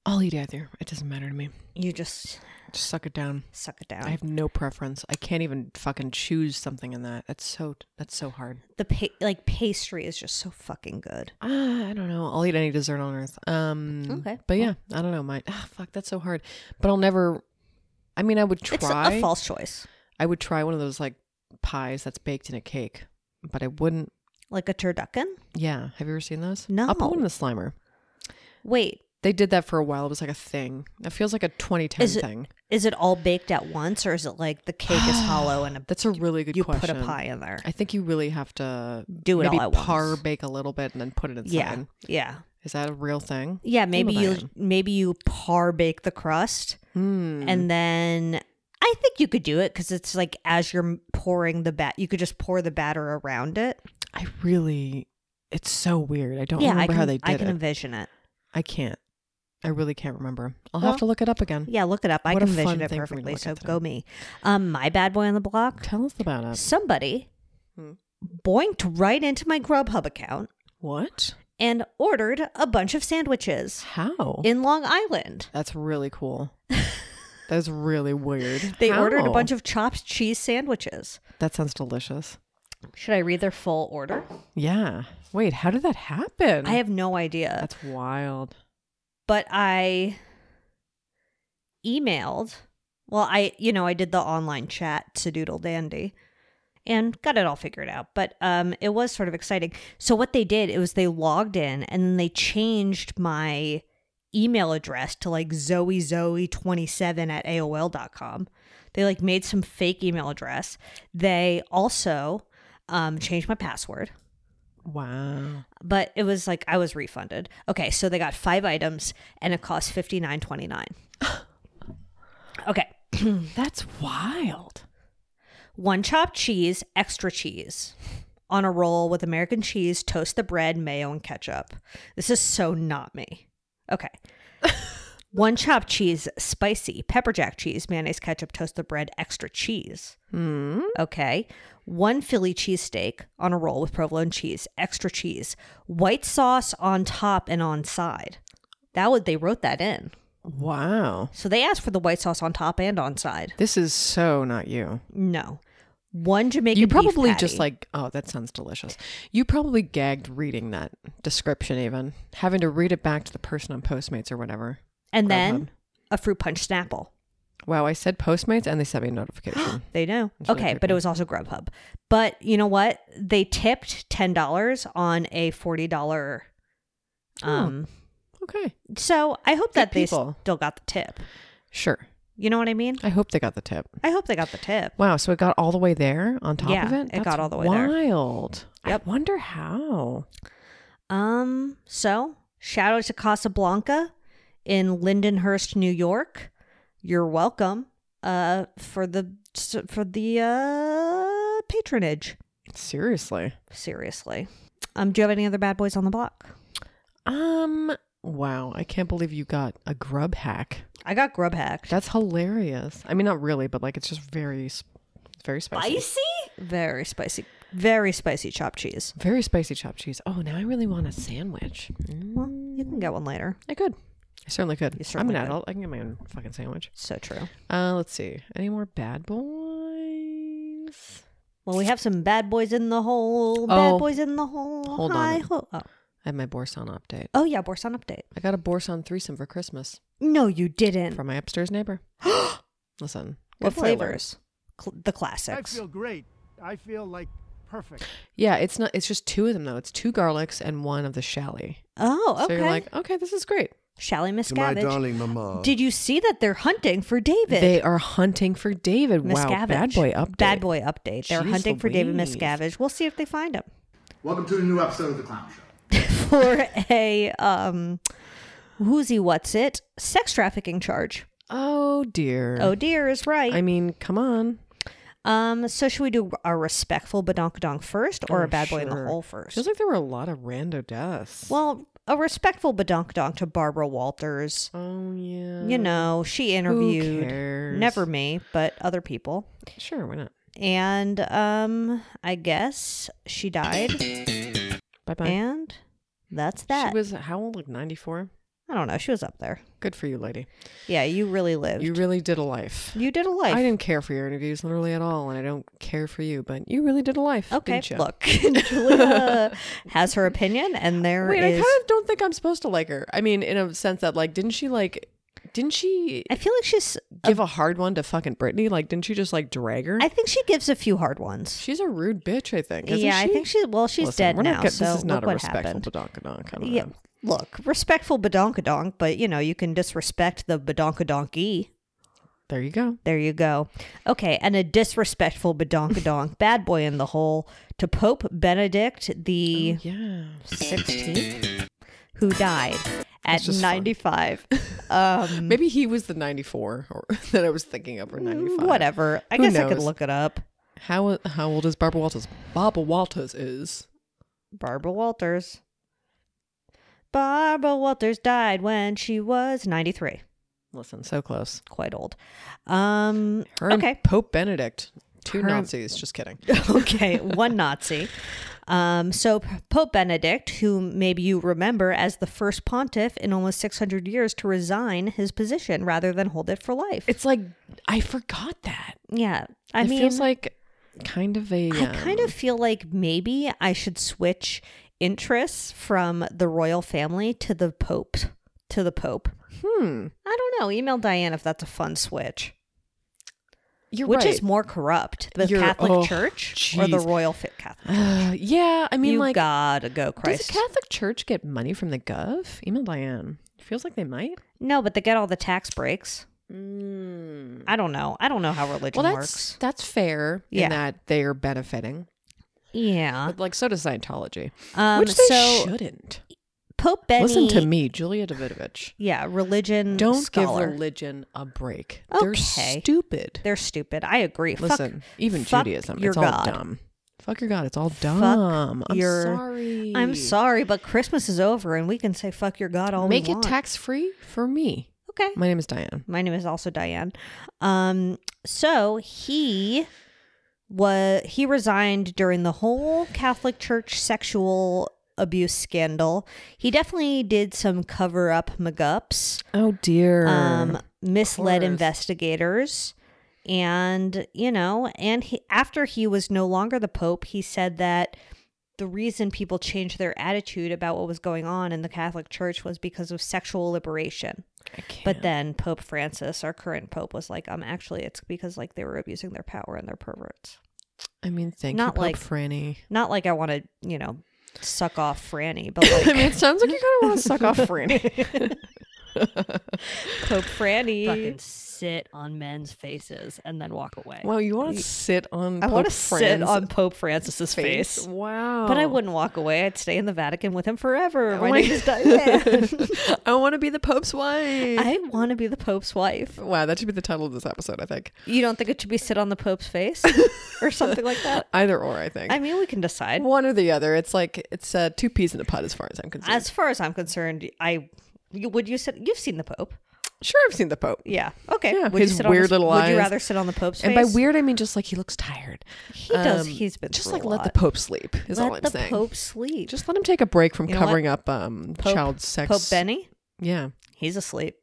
Speaker 2: I'll eat either. It doesn't matter to me.
Speaker 3: You just
Speaker 2: Just suck it down.
Speaker 3: suck it down.
Speaker 2: I have no preference. I can't even fucking choose something in that. That's so. That's so hard.
Speaker 3: the pa- like pastry is just so fucking good.
Speaker 2: Ah, I don't know. I'll eat any dessert on earth. Um.
Speaker 3: Okay.
Speaker 2: But yeah, I don't know. My ah, fuck. That's so hard. But I'll never. I mean, I would
Speaker 3: It's
Speaker 2: try.
Speaker 3: a false choice,
Speaker 2: I would try one of those like pies that's baked in a cake, but I wouldn't.
Speaker 3: like a turducken.
Speaker 2: Yeah. Have you ever seen those?
Speaker 3: No.
Speaker 2: I'll put one in the Slimer.
Speaker 3: Wait,
Speaker 2: They did that for a while. It was like a thing. That feels like a 2010
Speaker 3: Is it-
Speaker 2: thing.
Speaker 3: is it all baked at once, or is it like the cake is hollow and a,
Speaker 2: That's a really good
Speaker 3: you
Speaker 2: question.
Speaker 3: put a pie in there?
Speaker 2: I think you really have to
Speaker 3: Do it
Speaker 2: maybe
Speaker 3: all at
Speaker 2: par
Speaker 3: once.
Speaker 2: bake a little bit and then put it inside.
Speaker 3: Yeah, yeah,
Speaker 2: Is that a real thing?
Speaker 3: yeah. Maybe
Speaker 2: Email
Speaker 3: you maybe you par bake the crust,
Speaker 2: Diane. Hmm.
Speaker 3: and then I think you could do it because it's like as you're pouring the bat, you could just pour the batter around it.
Speaker 2: I really, it's so weird. I don't
Speaker 3: yeah,
Speaker 2: remember
Speaker 3: I can,
Speaker 2: how they did
Speaker 3: I can
Speaker 2: it.
Speaker 3: envision it.
Speaker 2: I can't. I really can't remember. I'll
Speaker 3: Well,
Speaker 2: have to look it up again.
Speaker 3: Yeah, look it up. I
Speaker 2: What
Speaker 3: can
Speaker 2: a
Speaker 3: envision
Speaker 2: fun
Speaker 3: it
Speaker 2: thing for me to
Speaker 3: perfectly.
Speaker 2: look
Speaker 3: So
Speaker 2: at today.
Speaker 3: go me. Um, my bad boy on the block.
Speaker 2: Tell us about it.
Speaker 3: Somebody
Speaker 2: Hmm.
Speaker 3: boinked right into my Grubhub account
Speaker 2: What?
Speaker 3: and ordered a bunch of sandwiches
Speaker 2: How?
Speaker 3: in Long Island.
Speaker 2: That's really cool. That's really weird.
Speaker 3: They ordered a
Speaker 2: How?
Speaker 3: bunch of chopped cheese sandwiches.
Speaker 2: That sounds delicious.
Speaker 3: Should I read their full order?
Speaker 2: Yeah. Wait, how did that happen?
Speaker 3: I have no idea.
Speaker 2: That's wild.
Speaker 3: but I emailed Well, I, you know, I did the online chat to Doodle Dandy and got it all figured out, but um, it was sort of exciting. So, what they did, it was they logged in and then they changed my email address to like zoezoe27 at AOL.com. They like made some fake email address. They also um, changed my password
Speaker 2: Wow.
Speaker 3: but it was like I was refunded. Okay, so they got five items and it cost fifty nine twenty nine. okay, Mm.
Speaker 2: That's wild.
Speaker 3: one chopped cheese, extra cheese on a roll with American cheese, toast the bread, mayo, and ketchup. This is so not me. Okay. One chopped cheese, spicy, pepper jack cheese, mayonnaise, ketchup, toast the bread, extra cheese.
Speaker 2: Hmm.
Speaker 3: Okay. One Philly cheesesteak on a roll with provolone cheese, extra cheese, white sauce on top and on side. That would they wrote that in.
Speaker 2: Wow.
Speaker 3: So they asked for the white sauce on top and on side.
Speaker 2: This is so not you.
Speaker 3: No. One Jamaican
Speaker 2: You
Speaker 3: beef
Speaker 2: probably just
Speaker 3: patty.
Speaker 2: like, oh, that sounds delicious. You probably gagged reading that description, even having to read it back to the person on Postmates or whatever.
Speaker 3: and then
Speaker 2: Grubhub.
Speaker 3: a fruit punch snapple.
Speaker 2: Wow, I said Postmates and they sent me a notification.
Speaker 3: They know.
Speaker 2: That's really
Speaker 3: Okay, but
Speaker 2: creepy.
Speaker 3: it was also Grubhub. But you know what? They tipped $10 on a $40 um
Speaker 2: okay,
Speaker 3: so I hope that they
Speaker 2: Oh. people.
Speaker 3: still got the tip.
Speaker 2: sure.
Speaker 3: You know what I mean?
Speaker 2: I hope they got the tip.
Speaker 3: I hope they got the tip.
Speaker 2: Wow, so it got all the way there on top
Speaker 3: Yeah,
Speaker 2: of it.
Speaker 3: it got all the way there.
Speaker 2: wild. Wild.
Speaker 3: Yep.
Speaker 2: I wonder how.
Speaker 3: Um, so shout out to Casablanca in Lindenhurst, New York. You're welcome. Uh, for the for the uh patronage.
Speaker 2: Seriously.
Speaker 3: Seriously. Um, do you have any other bad boys on the block?
Speaker 2: Um. Wow, I can't believe you got a grub hack.
Speaker 3: I got grub hacked.
Speaker 2: That's hilarious. I mean, not really, but like it's just very, s- very spicy.
Speaker 3: Very spicy. Very spicy chopped cheese.
Speaker 2: Very spicy chopped cheese. Oh, now I really want a sandwich. Mm,
Speaker 3: Well, you can get one later.
Speaker 2: I could. I certainly could.
Speaker 3: You certainly
Speaker 2: I'm
Speaker 3: could.
Speaker 2: an adult. I can get my own fucking sandwich.
Speaker 3: So true.
Speaker 2: Uh, let's see. Any more bad boys?
Speaker 3: Well, we have some bad boys in the hole. Bad
Speaker 2: Oh.
Speaker 3: boys in the hole.
Speaker 2: Hold on.
Speaker 3: Hi ho- oh.
Speaker 2: I had my Borson update.
Speaker 3: oh yeah, Borson update.
Speaker 2: I got a Borson threesome for Christmas
Speaker 3: No, you didn't.
Speaker 2: from my upstairs neighbor. Listen. good
Speaker 3: what
Speaker 2: boy alert.
Speaker 3: flavors? Cl- the
Speaker 5: I
Speaker 3: classics.
Speaker 5: feel great. I feel like perfect.
Speaker 2: Yeah, it's not. It's just two of them though. It's two garlics and one of the shallot.
Speaker 3: Oh, okay.
Speaker 2: So you're like, okay, this is great.
Speaker 3: Shally
Speaker 4: To my
Speaker 3: Miscavige.
Speaker 4: darling mama.
Speaker 3: Did you see that they're hunting for David?
Speaker 2: They are hunting for David. Wow,
Speaker 3: Miscavige.
Speaker 2: bad boy update.
Speaker 3: Bad boy update. They're
Speaker 2: Jeez
Speaker 3: hunting for David
Speaker 2: Louise.
Speaker 3: Miscavige. We'll see if they find him
Speaker 6: Welcome to a new episode of The Clown Show.
Speaker 3: for a um, who's he? What's it? Sex trafficking charge.
Speaker 2: Oh dear.
Speaker 3: Oh dear, is right.
Speaker 2: I mean, come on.
Speaker 3: um, so should we do a respectful badonkadonk first, or
Speaker 2: Oh,
Speaker 3: a bad boy in the
Speaker 2: sure.
Speaker 3: hole first?
Speaker 2: Feels like there were a lot of rando deaths.
Speaker 3: well, a respectful badonkadonk to Barbara Walters.
Speaker 2: oh yeah.
Speaker 3: You know, she interviewed
Speaker 2: cares?
Speaker 3: never me, but other people.
Speaker 2: Sure, why not?
Speaker 3: and um i guess she died
Speaker 2: Bye bye.
Speaker 3: and that's that
Speaker 2: She was how old? Like ninety four.
Speaker 3: i don't know she was up there
Speaker 2: Good for you, lady.
Speaker 3: yeah you really lived
Speaker 2: You
Speaker 3: you,
Speaker 2: really did a life.
Speaker 3: did a life
Speaker 2: I didn't care for your interviews literally at all, and I don't care for you, but you really did a life.
Speaker 3: okay
Speaker 2: didn't you?
Speaker 3: look julia has her opinion and there is.
Speaker 2: Wait, I kind of don't think I'm supposed to like her. I mean, in a sense that, like, didn't she like, didn't she
Speaker 3: I feel like she's
Speaker 2: give a hard one to fucking Britney? Like, didn't she just like drag her?
Speaker 3: um, i think she gives a few hard ones
Speaker 2: she's a rude bitch. I think. isn't
Speaker 3: yeah i think she well she's
Speaker 2: Listen,
Speaker 3: dead
Speaker 2: we're
Speaker 3: now
Speaker 2: not get-
Speaker 3: so
Speaker 2: this is not
Speaker 3: look
Speaker 2: a
Speaker 3: what
Speaker 2: respectful
Speaker 3: happened.
Speaker 2: badonkadonk. Come
Speaker 3: yeah
Speaker 2: on.
Speaker 3: look respectful badonkadonk but you know you can disrespect the badonkadonky
Speaker 2: There you go.
Speaker 3: There you go. Okay, and a disrespectful badonkadonk bad boy in the hole to Pope Benedict the
Speaker 2: Yeah.
Speaker 3: 16th, who died at
Speaker 2: just fun.
Speaker 3: 95. Um,
Speaker 2: Maybe he was the 94 or that I was thinking of or 95.
Speaker 3: Mm, whatever. I
Speaker 2: Who
Speaker 3: guess I could
Speaker 2: knows?
Speaker 3: look it up.
Speaker 2: How how old is Barbara Walters? Barbara Walters is
Speaker 3: Barbara Walters. Barbara Walters died when she was 93.
Speaker 2: listen so close.
Speaker 3: Quite old. Um,
Speaker 2: Her and
Speaker 3: okay.
Speaker 2: Pope Benedict, two
Speaker 3: Her and-
Speaker 2: Nazis. Just kidding.
Speaker 3: okay, one Nazi. Um, so P- Pope Benedict, who maybe you remember as the first pontiff in almost 600 years to resign his position rather than hold it for life.
Speaker 2: It's like I forgot that.
Speaker 3: yeah, I
Speaker 2: it
Speaker 3: mean,
Speaker 2: feels like kind of a.
Speaker 3: I kind
Speaker 2: um,
Speaker 3: of feel like maybe I should switch interests from the royal family to the Pope. To the Pope.
Speaker 2: hmm.
Speaker 3: I don't know. Email Diane if that's a fun switch.
Speaker 2: You're
Speaker 3: Which
Speaker 2: right.
Speaker 3: is more corrupt, the
Speaker 2: You're-
Speaker 3: Catholic
Speaker 2: oh,
Speaker 3: Church or the
Speaker 2: jeez.
Speaker 3: Royal Fit Catholic?
Speaker 2: Uh, yeah, I mean,
Speaker 3: you
Speaker 2: like,
Speaker 3: gotta go,
Speaker 2: does
Speaker 3: Christ.
Speaker 2: the Catholic Church get money from the gov? Email Diane. Feels like they might.
Speaker 3: no, but they get all the tax breaks. I don't know. I don't know how religion
Speaker 2: Well, that's
Speaker 3: works.
Speaker 2: that's fair
Speaker 3: Yeah.
Speaker 2: in that they are benefiting,
Speaker 3: Yeah.
Speaker 2: but like so does Scientology,
Speaker 3: Um,
Speaker 2: which they
Speaker 3: so
Speaker 2: shouldn't.
Speaker 3: Pope Benny.
Speaker 2: Listen to me, Julia Davidovich.
Speaker 3: Yeah, religion.
Speaker 2: Don't
Speaker 3: Mm, scholar.
Speaker 2: give religion a break. They're
Speaker 3: Okay.
Speaker 2: stupid.
Speaker 3: They're stupid. I agree. Fuck-
Speaker 2: Listen, even
Speaker 3: fuck
Speaker 2: Judaism,
Speaker 3: your
Speaker 2: it's all
Speaker 3: God.
Speaker 2: dumb. Fuck your God, it's all dumb. I'm
Speaker 3: your-
Speaker 2: sorry.
Speaker 3: I'm sorry, but Christmas is over, and we can say "fuck your God" all
Speaker 2: Make
Speaker 3: we
Speaker 2: it
Speaker 3: want.
Speaker 2: tax free for me.
Speaker 3: Okay.
Speaker 2: My name is Diane.
Speaker 3: My name is also Diane. Um, so he was he resigned during the whole Catholic Church sexual abuse scandal. He definitely did some cover up McGups,
Speaker 2: Oh dear.
Speaker 3: um, misled
Speaker 2: course.
Speaker 3: investigators, and you know, and he after he was no longer the Pope, he said that the reason people changed their attitude about what was going on in the Catholic Church was because of sexual liberation.
Speaker 2: I can't.
Speaker 3: But then Pope Francis, our current pope, was like, um, actually, it's because like they were abusing their power and they're perverts.
Speaker 2: I mean, thank you,
Speaker 3: not
Speaker 2: Pope
Speaker 3: like-
Speaker 2: Franny.
Speaker 3: Not like I want to, you know, suck off Franny, but
Speaker 2: I mean,
Speaker 3: like
Speaker 2: it sounds like you kind of want to suck off Franny.
Speaker 3: Pope Franny.
Speaker 7: Fucking sit on men's faces and then walk away.
Speaker 2: Wow, you want to sit on?
Speaker 3: I
Speaker 2: want to
Speaker 3: sit on Pope Francis's face.
Speaker 2: face. Wow,
Speaker 3: But I wouldn't walk away. I'd stay in the Vatican with him forever.
Speaker 2: Oh
Speaker 3: My name is Diane.
Speaker 2: I want to be the Pope's wife.
Speaker 3: I want to be the Pope's wife.
Speaker 2: Wow, that should be the title of this episode. I think
Speaker 3: You don't think it should be sit on the Pope's face or something like that?
Speaker 2: either or. I think
Speaker 3: I mean, we can decide.
Speaker 2: one or the other. It's like it's uh, two peas in a pod, as far as I'm concerned.
Speaker 3: As far as I'm concerned, I you- would you sit? You've seen the Pope.
Speaker 2: sure, I've seen the Pope.
Speaker 3: Yeah. Okay.
Speaker 2: Yeah,
Speaker 3: you
Speaker 2: his
Speaker 3: sit on
Speaker 2: weird little
Speaker 3: Would you
Speaker 2: eyes.
Speaker 3: rather sit on the Pope's
Speaker 2: And by
Speaker 3: face?
Speaker 2: weird, I mean just like he looks tired.
Speaker 3: he does.
Speaker 2: Um,
Speaker 3: He's been
Speaker 2: just
Speaker 3: through
Speaker 2: like
Speaker 3: a
Speaker 2: let the
Speaker 3: lot.
Speaker 2: Pope sleep. Is
Speaker 3: let
Speaker 2: all I'm
Speaker 3: the
Speaker 2: saying.
Speaker 3: Pope sleep.
Speaker 2: Just let him take a break from
Speaker 3: You know what?
Speaker 2: covering up um,
Speaker 3: Pope-
Speaker 2: child sex.
Speaker 3: Pope Benny.
Speaker 2: Yeah,
Speaker 3: He's asleep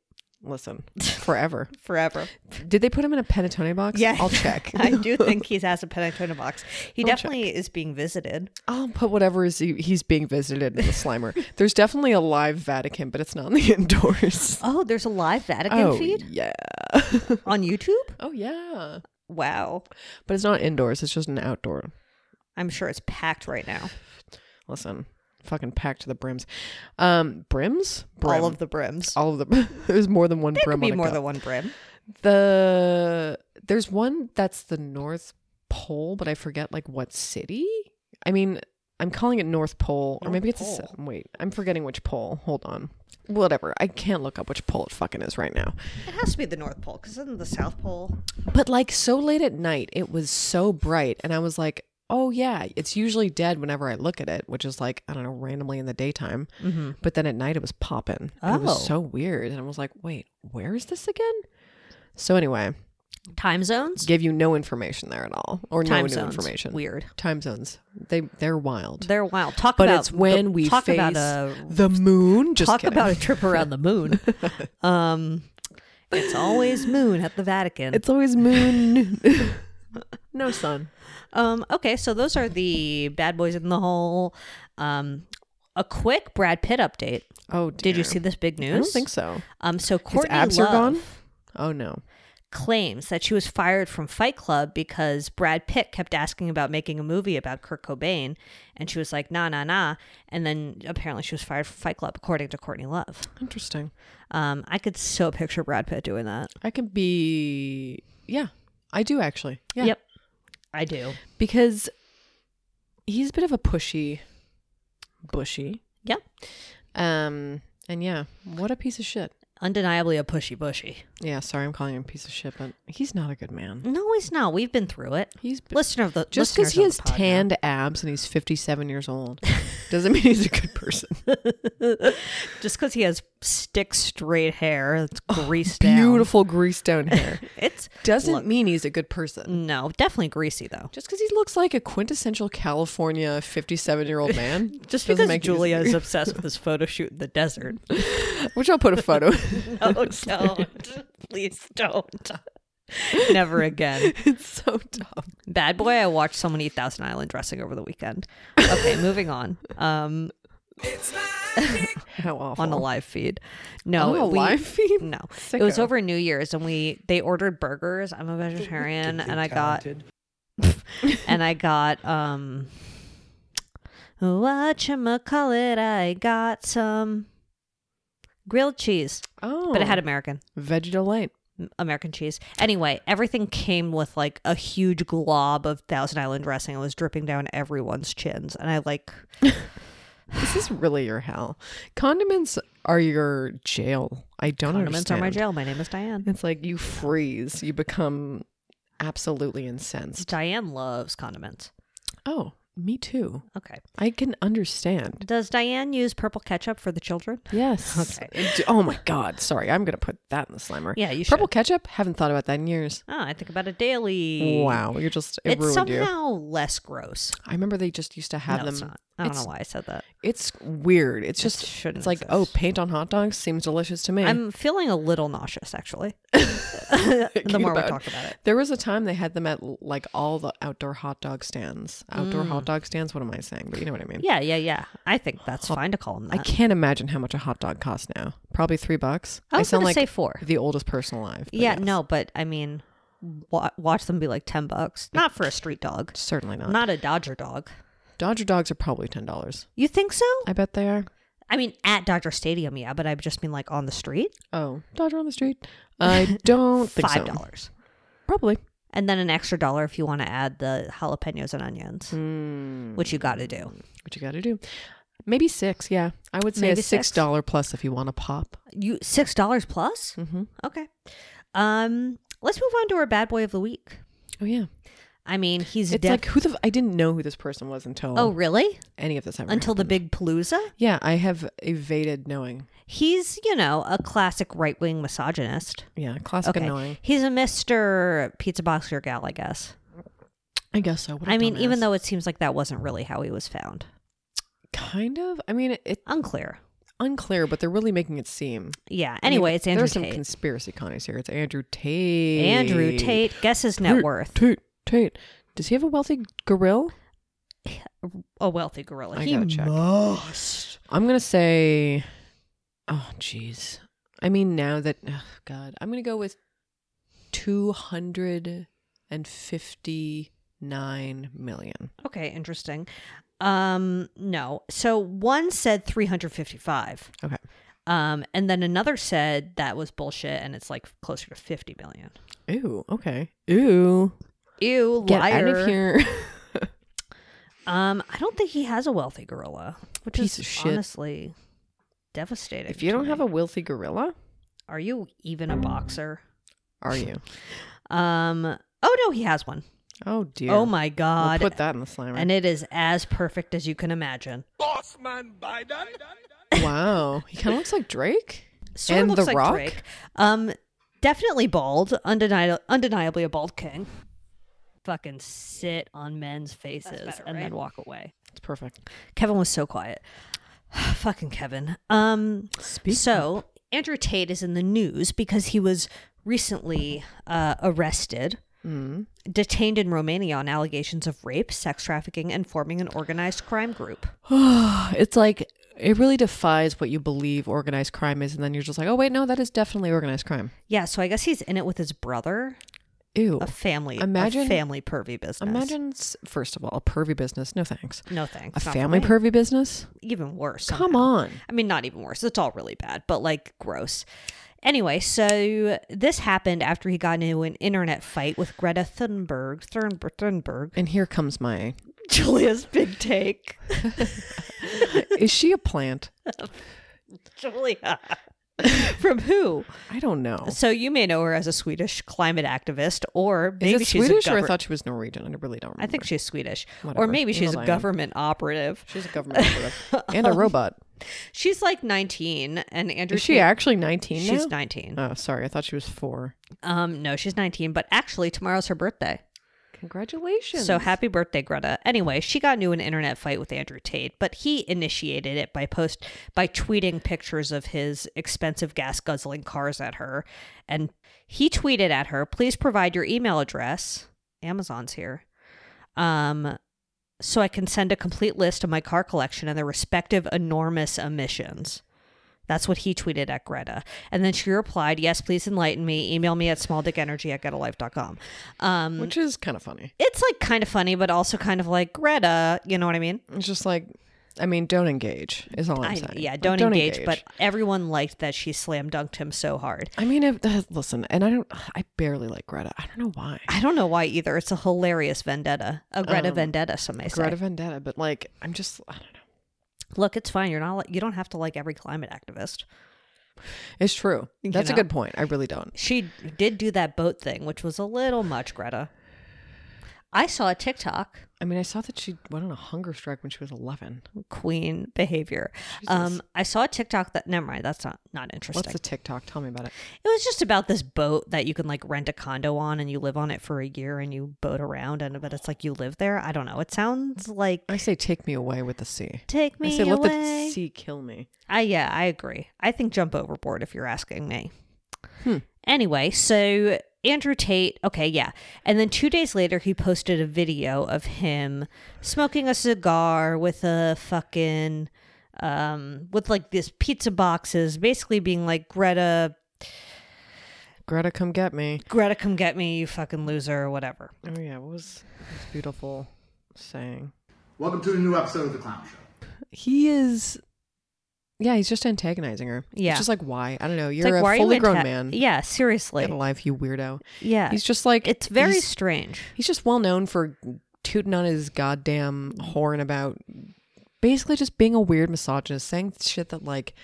Speaker 2: listen, forever.
Speaker 3: forever.
Speaker 2: Did they put him in a penitentiary box?
Speaker 3: Yeah.
Speaker 2: I'll check.
Speaker 3: I do think he's has a penitentiary box. He
Speaker 2: I'll
Speaker 3: definitely is being visited.
Speaker 2: I'll put whatever is he, he's being visited in the Slimer. There's definitely a live Vatican, but it's not in the indoors.
Speaker 3: Oh, there's a live Vatican
Speaker 2: oh
Speaker 3: feed
Speaker 2: yeah.
Speaker 3: on YouTube.
Speaker 2: oh yeah.
Speaker 3: Wow.
Speaker 2: But it's not indoors. It's just an outdoor.
Speaker 3: I'm sure it's packed right now.
Speaker 2: Listen, fucking packed to the brims. Um, brims. Brim.
Speaker 3: All of the brims.
Speaker 2: All of the. there's more than one
Speaker 3: there
Speaker 2: brim.
Speaker 3: could be
Speaker 2: on a
Speaker 3: more
Speaker 2: cup.
Speaker 3: than one brim.
Speaker 2: The there's one that's the North Pole, but I forget like what city. I mean, I'm calling it North Pole, or
Speaker 3: North
Speaker 2: maybe it's a
Speaker 3: Pole.
Speaker 2: se- wait. I'm forgetting which pole. Hold on. Whatever. I can't look up which pole it fucking is right now.
Speaker 3: It has to be the North Pole because isn't the South Pole?
Speaker 2: But like so late at night, it was so bright, and I was like, "Oh yeah, it's usually dead whenever I look at it," which is like I don't know, randomly in the daytime. But then at night, it was popping. and It
Speaker 3: Mm-hmm. Oh.
Speaker 2: was so weird, and I was like, "Wait, where is this again?" So anyway,
Speaker 3: Time zones.
Speaker 2: gave you no information there at all, or
Speaker 3: Time
Speaker 2: no new
Speaker 3: zones.
Speaker 2: information.
Speaker 3: Weird.
Speaker 2: time zones. They they're wild.
Speaker 3: They're wild. Talk
Speaker 2: but
Speaker 3: about
Speaker 2: it's when
Speaker 3: the-
Speaker 2: we
Speaker 3: talk
Speaker 2: face
Speaker 3: about a
Speaker 2: the moon. Just
Speaker 3: talk
Speaker 2: kidding.
Speaker 3: about a trip around the moon. um, it's always moon at the Vatican.
Speaker 2: It's always moon. no sun.
Speaker 3: um, okay, so those are the bad boys in the hole. Um, a quick Brad Pitt update.
Speaker 2: Oh,
Speaker 3: Did
Speaker 2: dear.
Speaker 3: you see this big news?
Speaker 2: I don't think so.
Speaker 3: Um, so
Speaker 2: His
Speaker 3: Courtney
Speaker 2: abs
Speaker 3: Love
Speaker 2: are gone. Oh no.
Speaker 3: claims that she was fired from Fight Club because Brad Pitt kept asking about making a movie about Kurt Cobain, and she was like, "Nah, nah, nah," and then apparently she was fired from Fight Club, according to Courtney Love.
Speaker 2: Interesting.
Speaker 3: Um, I could so picture Brad Pitt doing that.
Speaker 2: I can be. Yeah, I do actually. Yeah.
Speaker 3: Yep, I do.
Speaker 2: Because he's a bit of a pushy, bushy.
Speaker 3: Yep.
Speaker 2: Um. And yeah, what a piece of shit.
Speaker 3: undeniably a pushy bushy.
Speaker 2: Yeah, sorry, I'm calling him a piece of shit, but he's not a good man.
Speaker 3: No, he's not. We've been through it.
Speaker 2: He's b-
Speaker 3: Listener of the
Speaker 2: just because he has
Speaker 3: listeners of the pod know.
Speaker 2: tanned abs and he's 57 years old doesn't mean he's a good person.
Speaker 3: just because he has stick straight hair that's greased down.
Speaker 2: Beautiful greased down hair Mm.
Speaker 3: It's
Speaker 2: doesn't
Speaker 3: Look.
Speaker 2: mean he's a good person.
Speaker 3: no, definitely greasy though.
Speaker 2: Just because he looks like a quintessential California 57 year old man,
Speaker 3: Just
Speaker 2: doesn't
Speaker 3: because
Speaker 2: make you-
Speaker 3: Julia is obsessed with this photo shoot in the desert.
Speaker 2: which I'll put a photo.
Speaker 3: No, don't. Please don't. Never again.
Speaker 2: it's so dumb.
Speaker 3: Bad boy, I watched someone eat Thousand Island dressing over the weekend. Okay, moving on. Um,
Speaker 8: It's my
Speaker 2: How awful.
Speaker 3: on a live feed. No,
Speaker 2: On a
Speaker 3: we-
Speaker 2: live feed?
Speaker 3: No, it was
Speaker 2: Sicko.
Speaker 3: over New Year's, and we they ordered burgers. I'm a vegetarian, and I got and I got um, whatchamacallit, I got some grilled cheese,
Speaker 2: Oh,
Speaker 3: but it had American.
Speaker 2: veggie delight.
Speaker 3: American cheese. Anyway, everything came with like a huge glob of Thousand Island dressing. It was dripping down everyone's chins, and I like
Speaker 2: This is really your hell. Condiments are your jail. I don't
Speaker 3: condiments are
Speaker 2: understand.
Speaker 3: my jail. My name is Diane.
Speaker 2: It's like you freeze. You become absolutely incensed.
Speaker 3: Diane loves condiments.
Speaker 2: Oh, me too.
Speaker 3: Okay.
Speaker 2: I can understand.
Speaker 3: Does Diane use purple ketchup for the children?
Speaker 2: Yes.
Speaker 3: Okay.
Speaker 2: It- Oh my God. Sorry. I'm going to put that in the slimer.
Speaker 3: Yeah, you should.
Speaker 2: Purple ketchup? Haven't thought about that in years.
Speaker 3: Oh, I think about it daily.
Speaker 2: Wow. You're just, it
Speaker 3: it's
Speaker 2: ruined you.
Speaker 3: somehow less gross.
Speaker 2: I remember they just used to have
Speaker 3: no,
Speaker 2: them.
Speaker 3: it's not. I don't know
Speaker 2: it's-
Speaker 3: why I said that.
Speaker 2: It's weird. It's just,
Speaker 3: shouldn't
Speaker 2: it's like,
Speaker 3: exist.
Speaker 2: oh, paint on hot dogs seems delicious to me.
Speaker 3: I'm feeling a little nauseous, actually. the
Speaker 2: Thinking
Speaker 3: more we
Speaker 2: about-
Speaker 3: talk about it.
Speaker 2: There was a time they had them at like all the outdoor hot dog stands. Outdoor hot
Speaker 3: Mm.
Speaker 2: dog stands? What am I saying? But you know what I mean.
Speaker 3: Yeah, yeah, yeah. I think that's fine to call them
Speaker 2: Oh, I
Speaker 3: that.
Speaker 2: can't imagine how much a hot dog costs now. Probably three bucks.
Speaker 3: I was
Speaker 2: sound
Speaker 3: gonna
Speaker 2: like
Speaker 3: say four.
Speaker 2: The oldest person alive. but
Speaker 3: yeah,
Speaker 2: yes.
Speaker 3: no, but I mean, wa- watch them be like 10 bucks. Not for a street dog,
Speaker 2: certainly not.
Speaker 3: not a Dodger dog.
Speaker 2: Dodger dogs are probably ten dollars.
Speaker 3: You think so?
Speaker 2: I bet they are.
Speaker 3: I mean, at Dodger Stadium, yeah, but I just mean like on the street.
Speaker 2: Oh, Dodger on the street. I don't think so.
Speaker 3: Five dollars.
Speaker 2: Probably.
Speaker 3: And then an extra dollar if you want to add the jalapenos and onions,
Speaker 2: Hmm.
Speaker 3: which you got to do.
Speaker 2: What you got to do? Maybe six. Yeah, I would say
Speaker 3: Maybe
Speaker 2: a
Speaker 3: six.
Speaker 2: six dollar plus if you want to pop.
Speaker 3: You six dollars plus? Mm-hmm. Okay. Um, let's move on to our bad boy of the week.
Speaker 2: Oh yeah,
Speaker 3: I mean, he's
Speaker 2: it's
Speaker 3: dead.
Speaker 2: like who the f- I didn't know who this person was until
Speaker 3: oh, really?
Speaker 2: any of this ever
Speaker 3: Until the
Speaker 2: happened.
Speaker 3: big palooza?
Speaker 2: yeah I have evaded knowing
Speaker 3: He's you know a classic right wing misogynist.
Speaker 2: yeah classic annoying
Speaker 3: He's a Mister Pizza Box or Gal, I guess.
Speaker 2: I guess so What a
Speaker 3: I mean, even
Speaker 2: dumbass.
Speaker 3: though it seems like that wasn't really how he was found.
Speaker 2: kind of I mean it
Speaker 3: Unclear.
Speaker 2: unclear but they're really making it seem
Speaker 3: Yeah.
Speaker 2: I mean,
Speaker 3: Anyway, it's Andrew
Speaker 2: There's some
Speaker 3: Tate.
Speaker 2: conspiracy connies here. It's Andrew Tate.
Speaker 3: Andrew Tate. Guess his net
Speaker 2: Tate,
Speaker 3: worth.
Speaker 2: Tate. Tate. Does he have a wealthy gorilla?
Speaker 3: A wealthy gorilla.
Speaker 2: I
Speaker 3: He
Speaker 2: gotta check.
Speaker 3: must.
Speaker 2: I'm gonna say. Oh, jeez. I mean, now that oh, God, I'm gonna go with two hundred and fifty-nine million.
Speaker 3: Okay, interesting. Um, no. So one said 355.
Speaker 2: Okay.
Speaker 3: Um, and then another said that was bullshit and it's like closer to 50 million.
Speaker 2: Ew. Okay. Ew.
Speaker 3: Ew,
Speaker 2: Get out
Speaker 3: liar.
Speaker 2: of here.
Speaker 3: Um, I don't think he has a wealthy gorilla, which
Speaker 2: Piece
Speaker 3: is
Speaker 2: of shit.
Speaker 3: honestly devastating.
Speaker 2: if you
Speaker 3: to
Speaker 2: don't have
Speaker 3: me.
Speaker 2: a wealthy gorilla,
Speaker 3: Are you even a boxer?
Speaker 2: are you?
Speaker 3: Um, oh no, he has one.
Speaker 2: Oh dear.
Speaker 3: Oh my
Speaker 2: We'll
Speaker 3: god.
Speaker 2: put that in the slimer.
Speaker 3: and it is as perfect as you can imagine.
Speaker 4: Boss man Biden?
Speaker 2: wow. He kind of looks like Drake.
Speaker 3: Sort
Speaker 2: And
Speaker 3: of looks
Speaker 2: The
Speaker 3: like
Speaker 2: Rock?
Speaker 3: Drake. Um, definitely bald, undeni- undeniably a bald king.
Speaker 7: Fucking sit on men's faces and then walk away.
Speaker 2: It's perfect.
Speaker 3: Kevin was so quiet. Fucking Kevin. Um, so Andrew Tate is in the news because he was recently uh, arrested,
Speaker 2: Mm-hmm.
Speaker 3: detained in Romania on allegations of rape, sex trafficking, and forming an organized crime group.
Speaker 2: it's like it really defies what you believe organized crime is, and then you're just like, oh wait, no, that is definitely organized crime.
Speaker 3: Yeah, so I guess he's in it with his brother,
Speaker 2: Ew.
Speaker 3: a family, a
Speaker 2: Imagine-
Speaker 3: family pervy business.
Speaker 2: Imagine s- first of all, a pervy business. No thanks.
Speaker 3: no thanks,
Speaker 2: A
Speaker 3: not for
Speaker 2: family
Speaker 3: me.
Speaker 2: pervy business.
Speaker 3: even worse.
Speaker 2: Come
Speaker 3: somehow.
Speaker 2: on.
Speaker 3: I mean, not even worse. It's all really bad, but like gross. Anyway, so this happened after he got into an internet fight with Greta Thunberg. Thunberg. Thunberg.
Speaker 2: And here comes my.
Speaker 3: Julia's big take.
Speaker 2: Is she a plant?
Speaker 3: Julia. From who?
Speaker 2: I don't know.
Speaker 3: So you may know her as a Swedish climate activist, or maybe
Speaker 2: is it
Speaker 3: she's a
Speaker 2: Swedish or I
Speaker 3: gover-
Speaker 2: thought she was Norwegian? I really don't. Remember.
Speaker 3: I think she's Swedish, or
Speaker 2: Whatever.
Speaker 3: maybe she's
Speaker 2: Well, I
Speaker 3: a
Speaker 2: am.
Speaker 3: government operative.
Speaker 2: she's a government operative. and a robot.
Speaker 3: She's like 19, and Andrew.
Speaker 2: Is she
Speaker 3: Tate-
Speaker 2: actually 19
Speaker 3: She's
Speaker 2: now?
Speaker 3: 19.
Speaker 2: Oh, sorry. I thought she was four.
Speaker 3: Um, no, she's 19, but actually tomorrow's her birthday.
Speaker 2: Congratulations.
Speaker 3: So happy birthday, Greta. Anyway, she got into an internet fight with Andrew Tate, but he initiated it by post by tweeting pictures of his expensive gas guzzling cars at her. And he tweeted at her, please provide your email address. Amazon's here. Um so I can send a complete list of my car collection and their respective enormous emissions. That's what he tweeted at Greta. And then she replied, Yes, please enlighten me. Email me at smalldickenergy at getalife.com. Um,
Speaker 2: which is kind of funny.
Speaker 3: it's like kind of funny, but also kind of like Greta, you know what I mean?
Speaker 2: It's just like, I mean, don't engage is all I'm
Speaker 3: I-
Speaker 2: saying.
Speaker 3: yeah,
Speaker 2: Like,
Speaker 3: don't, engage, But everyone liked that she slam dunked him so hard.
Speaker 2: I mean, if, uh, listen, and I don't, I barely like Greta. I don't know why.
Speaker 3: I don't know why either. It's a hilarious vendetta, a Greta vendetta. Some may
Speaker 2: Um, Greta
Speaker 3: say.
Speaker 2: Vendetta, but like, I'm just, I don't know.
Speaker 3: Look, it's fine. You're not. Like, you don't have to like every climate activist.
Speaker 2: It's true.
Speaker 3: You
Speaker 2: That's
Speaker 3: know?
Speaker 2: a good point. I really don't.
Speaker 3: She did do that boat thing, which was a little much, Greta. I saw a TikTok
Speaker 2: I mean, I saw that she went on a hunger strike when she was 11.
Speaker 3: queen behavior. Um, I saw a TikTok that. Never mind. That's not not
Speaker 2: What's
Speaker 3: interesting.
Speaker 2: the TikTok? Tell me about it.
Speaker 3: It was just about this boat that you can like rent a condo on and you live on it for a year and you boat around and but it's like you live there. I don't know. It sounds like
Speaker 2: I say, take me away with the sea.
Speaker 3: take me
Speaker 2: I say,
Speaker 3: away.
Speaker 2: let the sea kill me.
Speaker 3: I yeah, I agree. I think jump overboard if you're asking me.
Speaker 2: Hmm.
Speaker 3: Anyway, so Andrew Tate, okay, yeah. And then 2 days later he posted a video of him smoking a cigar with a fucking um with like this pizza boxes basically being like Greta
Speaker 2: Greta, come get me.
Speaker 3: Greta come get me you fucking loser or whatever.
Speaker 2: Oh, yeah. What was this beautiful saying?
Speaker 6: Welcome to a new episode of The Clown Show.
Speaker 2: He is. Yeah, he's just antagonizing her.
Speaker 3: Yeah.
Speaker 2: It's just like, why? I don't know.
Speaker 3: It's
Speaker 2: You're
Speaker 3: like, why are
Speaker 2: a
Speaker 3: you
Speaker 2: fully grown
Speaker 3: anta-
Speaker 2: man.
Speaker 3: Yeah, seriously.
Speaker 2: Get a life, you weirdo.
Speaker 3: Yeah.
Speaker 2: He's just like.
Speaker 3: it's very
Speaker 2: he's-
Speaker 3: strange.
Speaker 2: He's just well known for tooting on his goddamn horn about basically just being a weird misogynist, saying shit that like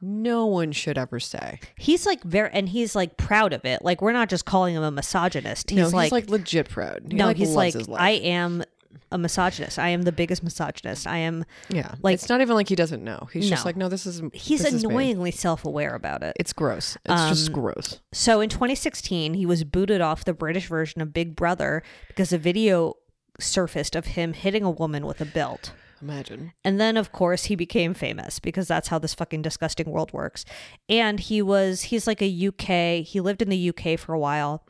Speaker 2: no one should ever say.
Speaker 3: He's like very and he's like proud of it. Like we're not just calling him a misogynist. He's
Speaker 2: no,
Speaker 3: like
Speaker 2: he's like legit proud. He,
Speaker 3: no,
Speaker 2: like,
Speaker 3: he's
Speaker 2: loves
Speaker 3: like
Speaker 2: his life.
Speaker 3: I am a misogynist. I am the biggest misogynist. I am
Speaker 2: yeah,
Speaker 3: like-
Speaker 2: like it's not even like he doesn't know. He's just
Speaker 3: No.
Speaker 2: like, no, this is
Speaker 3: he's
Speaker 2: this is me."
Speaker 3: annoyingly self-aware about it.
Speaker 2: It's gross. It's just gross.
Speaker 3: So in 2016, he was booted off the British version of Big Brother because a video surfaced of him hitting a woman with a belt.
Speaker 2: Imagine.
Speaker 3: And then, of course, he became famous because that's how this fucking disgusting world works. And he was, he's like a UK, he lived in the UK for a while,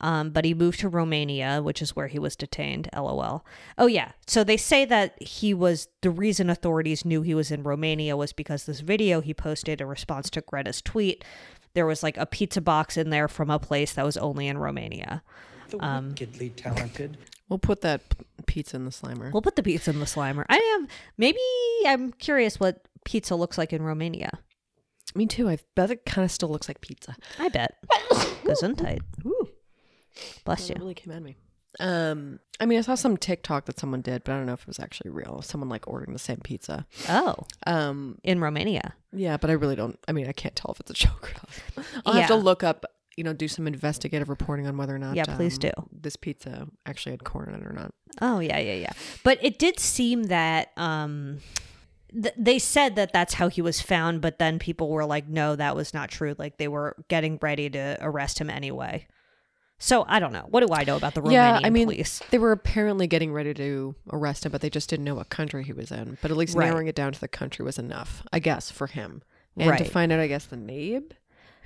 Speaker 3: um, but he moved to Romania, which is where he was detained. LOL. Oh, yeah. So they say that he was, the reason authorities knew he was in Romania was because this video he posted in response to Greta's tweet. There was like a pizza box in there from a place that was only in Romania. Um,
Speaker 8: wickedly talented.
Speaker 2: We'll put that p- pizza in the slimer.
Speaker 3: We'll put the pizza in the slimer. I am, maybe I'm curious what pizza looks like in Romania.
Speaker 2: Me too. I bet it kind of still looks like pizza.
Speaker 3: I bet. Gesundheit. Bless
Speaker 2: It
Speaker 3: you.
Speaker 2: really came at me. Um, I mean, I saw some TikTok that someone did, but I don't know if it was actually real. Someone like ordering the same pizza.
Speaker 3: Oh,
Speaker 2: Um,
Speaker 3: in Romania.
Speaker 2: Yeah, but I really don't. I mean, I can't tell if it's a joke or not. I'll have to
Speaker 3: Yeah.
Speaker 2: look up, you know, do some investigative reporting on whether or not. um,
Speaker 3: Yeah, please do.
Speaker 2: This pizza actually had corn in it or not.
Speaker 3: Oh, yeah, yeah, yeah. But it did seem that um th- they said that that's how he was found, but then people were like, "No, that was not true." Like they were getting ready to arrest him anyway. So I don't know. What do I know about the Romanian
Speaker 2: yeah, I mean,
Speaker 3: police?
Speaker 2: they were apparently getting ready to arrest him, but they just didn't know what country he was in. But at least
Speaker 3: Right.
Speaker 2: narrowing it down to the country was enough, I guess, for him. And to
Speaker 3: Right.
Speaker 2: find out, I guess, the name,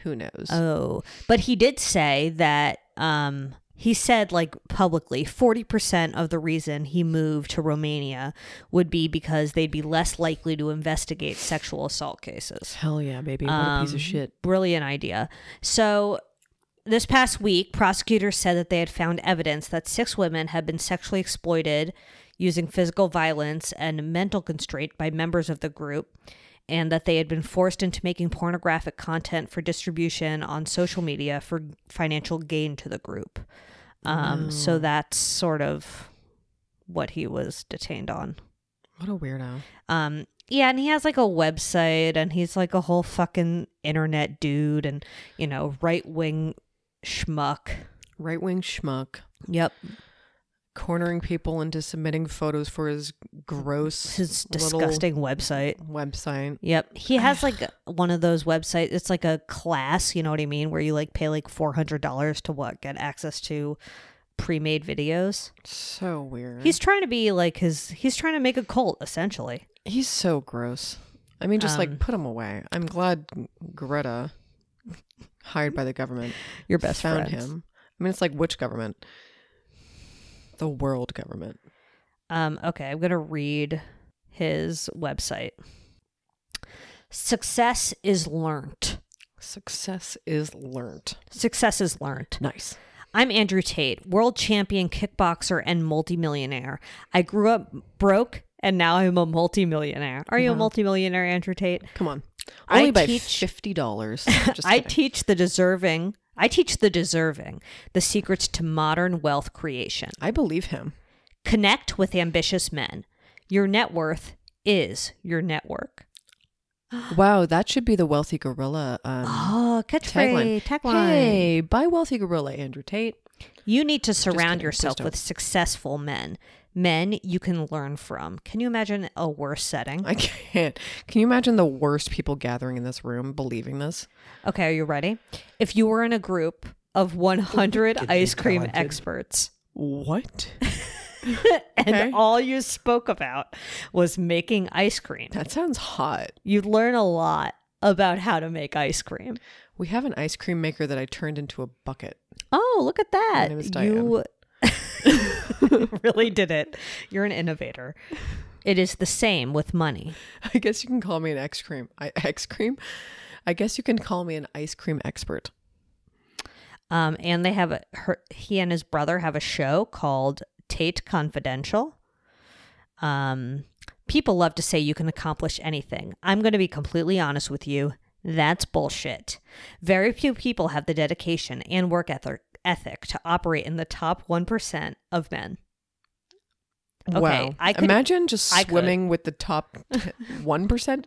Speaker 2: who knows?
Speaker 3: Oh, but he did say that um he said like publicly 40% of the reason he moved to Romania would be because they'd be less likely to investigate sexual assault cases.
Speaker 2: Hell yeah, baby! What a piece
Speaker 3: Um,
Speaker 2: of shit.
Speaker 3: Brilliant idea. So this past week, prosecutors said that they had found evidence that six women had been sexually exploited using physical violence and mental constraint by members of the group, and that they had been forced into making pornographic content for distribution on social media for financial gain to the group. Um, So that's sort of what he was detained on.
Speaker 2: What a weirdo.
Speaker 3: Um, yeah, and he has like a website and he's like a whole fucking internet dude and, you know, right wing schmuck.
Speaker 2: Right wing schmuck
Speaker 3: Yep.
Speaker 2: cornering people into submitting photos for his gross,
Speaker 3: His
Speaker 2: little
Speaker 3: disgusting website.
Speaker 2: website.
Speaker 3: Yep. He has like one of those websites. It's like a class, you know what I mean? Where you like pay like $400 to what? Get access to pre made videos.
Speaker 2: So weird.
Speaker 3: He's trying to be like his, he's trying to make a cult essentially.
Speaker 2: He's so gross. I mean, just like put him away. I'm glad Greta, hired by the government,
Speaker 3: Your best
Speaker 2: found
Speaker 3: friends.
Speaker 2: him. I mean, it's like which government? The world government.
Speaker 3: Um, okay, I'm going to read his website. Success is learnt.
Speaker 2: Success is learned.
Speaker 3: Success is learnt.
Speaker 2: Nice.
Speaker 3: I'm Andrew Tate, world champion kickboxer and multimillionaire. I grew up broke and now I'm a multimillionaire. Are
Speaker 2: Uh-huh.
Speaker 3: you a multimillionaire, Andrew Tate?
Speaker 2: Come on.
Speaker 3: I
Speaker 2: Only by
Speaker 3: teach-
Speaker 2: fifty dollars. Just
Speaker 3: I
Speaker 2: kidding.
Speaker 3: teach the deserving. I teach the deserving the secrets to modern wealth creation.
Speaker 2: I believe him.
Speaker 3: Connect with ambitious men. Your net worth is your network.
Speaker 2: Wow, that should be the wealthy gorilla um,
Speaker 3: Oh,
Speaker 2: tagline.
Speaker 3: catchphrase, tagline.
Speaker 2: Hey, buy wealthy gorilla, Andrew Tate.
Speaker 3: You need to surround
Speaker 2: kidding.
Speaker 3: yourself
Speaker 2: Please
Speaker 3: with
Speaker 2: don't.
Speaker 3: successful men, men you can learn from. Can you imagine a worse setting?
Speaker 2: I can't. Can you imagine the worst people gathering in this room believing this?
Speaker 3: Okay, are you ready? If you were in a group of 100
Speaker 8: Wickedly
Speaker 3: ice cream
Speaker 8: talented.
Speaker 3: experts
Speaker 2: What?
Speaker 3: and
Speaker 2: Okay.
Speaker 3: all you spoke about was making ice cream,
Speaker 2: that sounds hot.
Speaker 3: you'd learn a lot about how to make ice cream.
Speaker 2: We have an ice cream maker that I turned into a bucket.
Speaker 3: Oh, look at that.
Speaker 2: name is
Speaker 3: You really did it. You're an innovator. It is the same with money.
Speaker 2: I guess you can call me an ice cream. I, ice cream. I guess you can call me an ice cream expert.
Speaker 3: Um, and they have a, her, he and his brother have a show called Tate Confidential. Um, people love to say you can accomplish anything. I'm going to be completely honest with you. That's bullshit. Very few people have the dedication and work ethic, ethic to operate in the top 1% of men. Okay,
Speaker 2: wow.
Speaker 3: I could-
Speaker 2: imagine just
Speaker 3: I could.
Speaker 2: swimming with the top one percent.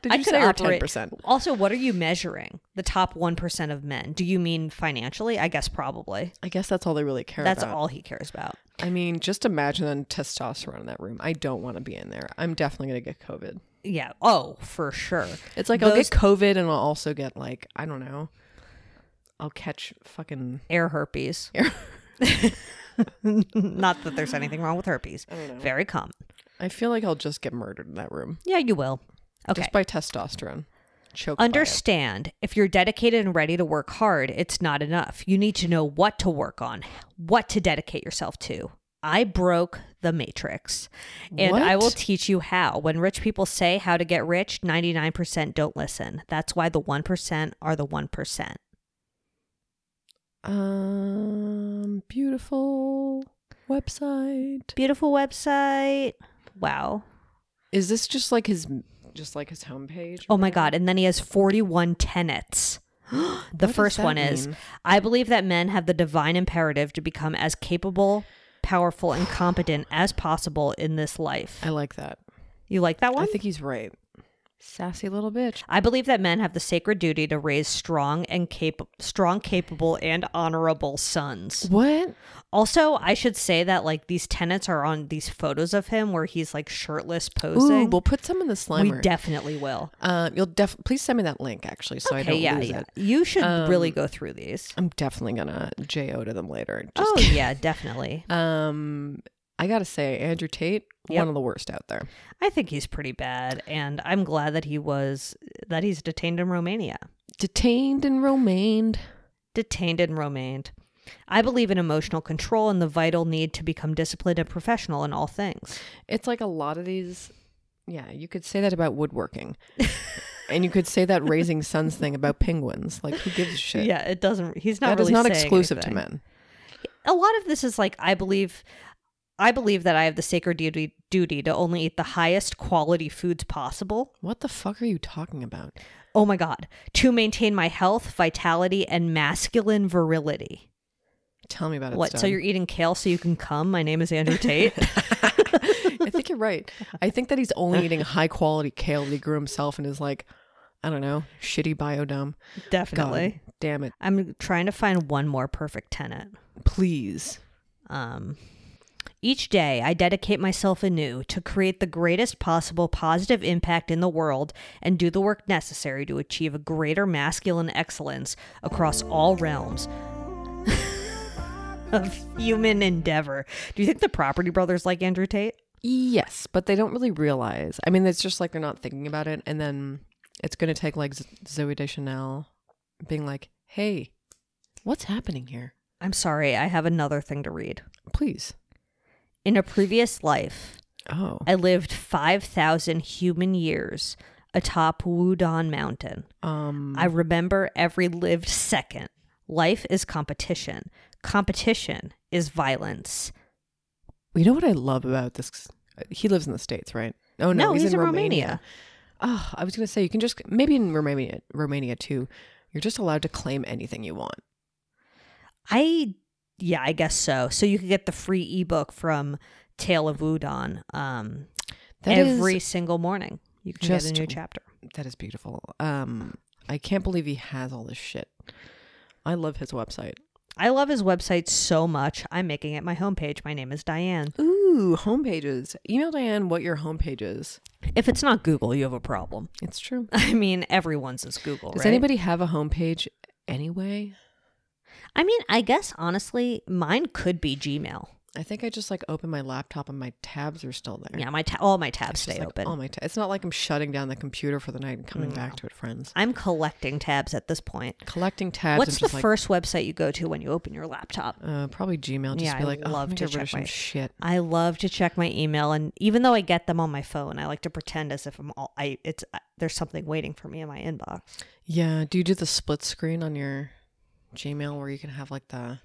Speaker 2: Did
Speaker 3: I
Speaker 2: you
Speaker 3: could
Speaker 2: say or ten
Speaker 3: operate-
Speaker 2: percent?
Speaker 3: Also, what are you measuring? The top 1% of men. Do you mean financially? I guess probably.
Speaker 2: I guess that's all they really care
Speaker 3: That's
Speaker 2: about.
Speaker 3: all he cares about.
Speaker 2: I mean, just imagine the testosterone in that room. I don't want to be in there. I'm definitely going to get COVID.
Speaker 3: Yeah. Oh, for sure.
Speaker 2: It's like I'll get COVID and I'll also get like I don't know. I'll catch fucking.
Speaker 3: air herpes. Not that there's anything wrong with herpes. Very common.
Speaker 2: I feel like I'll just get murdered in that room
Speaker 3: Yeah, you will. Okay.
Speaker 2: just by testosterone. Choked. Under-
Speaker 3: Understand, if you're dedicated and ready to work hard, it's not enough. You need to know what to work on, what to dedicate yourself to. I broke the matrix. And I will
Speaker 2: What?
Speaker 3: teach you how. When rich people say how to get rich, 99% don't listen. That's why the 1% are the 1%.
Speaker 2: um, beautiful website.
Speaker 3: Beautiful website. Wow.
Speaker 2: Is this just like his, just like his homepage?
Speaker 3: Oh my God. And then he has 41 tenets. the
Speaker 2: does
Speaker 3: first
Speaker 2: that
Speaker 3: one is
Speaker 2: mean?
Speaker 3: I believe that men have the divine imperative to become as capable, powerful, and competent as possible in this life.
Speaker 2: I like that.
Speaker 3: You like that one?
Speaker 2: I think he's right. Sassy little bitch.
Speaker 3: I believe that men have the sacred duty to raise strong and cap- strong, capable, and honorable sons.
Speaker 2: What?
Speaker 3: Also, I should say that like these tenets are on these photos of him where he's like shirtless posing.
Speaker 2: Ooh, we'll put some in the
Speaker 3: we
Speaker 2: slimer.
Speaker 3: definitely will.
Speaker 2: Um, you'll def please send me that link actually, so I
Speaker 3: Okay,
Speaker 2: don't
Speaker 3: yeah,
Speaker 2: lose
Speaker 3: yeah.
Speaker 2: it.
Speaker 3: You should really
Speaker 2: Um,
Speaker 3: go through these.
Speaker 2: I'm definitely gonna jo to them later. Just
Speaker 3: Oh
Speaker 2: kidding.
Speaker 3: yeah, definitely.
Speaker 2: Um, I gotta say, Andrew Tate,
Speaker 3: Yep.
Speaker 2: one of the worst out there.
Speaker 3: I think he's pretty bad, and I'm glad that he was that he's detained in Romania.
Speaker 2: Detained and romained.
Speaker 3: Detained in Romania. I believe in emotional control and the vital need to become disciplined and professional in all things.
Speaker 2: It's like a lot of these. Yeah, you could say that about woodworking, and you could say that raising sons thing about penguins. Like, who gives a shit?
Speaker 3: Yeah, it doesn't. He's not.
Speaker 2: that is
Speaker 3: really
Speaker 2: not
Speaker 3: saying
Speaker 2: exclusive
Speaker 3: anything.
Speaker 2: to men.
Speaker 3: A lot of this is like I believe. I believe that I have the sacred duty duty to only eat the highest quality foods possible.
Speaker 2: What the fuck are you talking about?
Speaker 3: Oh my god, to maintain my health, vitality, and masculine virility.
Speaker 2: Tell me about it.
Speaker 3: What? So
Speaker 2: Stone.
Speaker 3: you're eating kale so you can come? My name is Andrew Tate.
Speaker 2: I think you're right. I think that he's only eating high quality kale that he grew himself and is like, I don't know, shitty biodome.
Speaker 3: Definitely.
Speaker 2: God damn it.
Speaker 3: I'm trying to find one more perfect tenant.
Speaker 2: Please.
Speaker 3: Um, each day, I dedicate myself anew to create the greatest possible positive impact in the world and do the work necessary to achieve a greater masculine excellence across all realms of human endeavor. Do you think the Property Brothers like Andrew Tate?
Speaker 2: Yes, but they don't really realize. I mean, it's just like they're not thinking about it. And then it's going to take like Z- Zoe Deschanel being like, hey, what's happening here?
Speaker 3: I'm sorry, I have another thing to read.
Speaker 2: Please.
Speaker 3: In a previous life,
Speaker 2: Oh.
Speaker 3: I lived 5,000 human years atop Wudong Mountain.
Speaker 2: Um
Speaker 3: I remember every lived second. Life is competition. Competition is violence.
Speaker 2: you know what I love about this he lives in the States, right? Oh no,
Speaker 3: No, he's
Speaker 2: in,
Speaker 3: in
Speaker 2: Romania.
Speaker 3: Romania.
Speaker 2: Oh, I was gonna say you can just maybe in Romania Romania too, you're just allowed to claim anything you want.
Speaker 3: I, yeah, I guess so. So you could get the free ebook from Tale of Wudon um,
Speaker 2: That is-
Speaker 3: every single morning. You can
Speaker 2: just-
Speaker 3: get a new chapter.
Speaker 2: That is beautiful. Um, I can't believe he has all this shit. I love his website.
Speaker 3: I love his website so much. I'm making it my homepage. My name is Diane.
Speaker 2: Ooh, homepages. Email Diane what your homepage is.
Speaker 3: If it's not Google, you have a problem.
Speaker 2: It's true.
Speaker 3: I mean, everyone's is Google.
Speaker 2: Does
Speaker 3: right?
Speaker 2: anybody have a homepage anyway?
Speaker 3: I mean, I guess honestly, mine could be Gmail.
Speaker 2: I think I just like open my laptop and my tabs are still there.
Speaker 3: Yeah, my ta- all my tabs
Speaker 2: It's just,
Speaker 3: stay
Speaker 2: like,
Speaker 3: open. Mm.
Speaker 2: All my ta- it's not like I'm shutting down the computer for the night and coming back to it, friends.
Speaker 3: I'm collecting tabs at this point.
Speaker 2: Collecting tabs.
Speaker 3: What's
Speaker 2: and
Speaker 3: the
Speaker 2: just, like,
Speaker 3: first website you go to when you open your laptop?
Speaker 2: Uh, probably Gmail. Just
Speaker 3: yeah,
Speaker 2: be like,
Speaker 3: I love
Speaker 2: oh,
Speaker 3: to
Speaker 2: get rid of
Speaker 3: check my
Speaker 2: some shit.
Speaker 3: I love to check my email, and even though I get them on my phone, I like to pretend as if I'm all. I it's uh, there's something waiting for me in my inbox.
Speaker 2: Yeah. Do you do the split screen on your Gmail where you can have like the?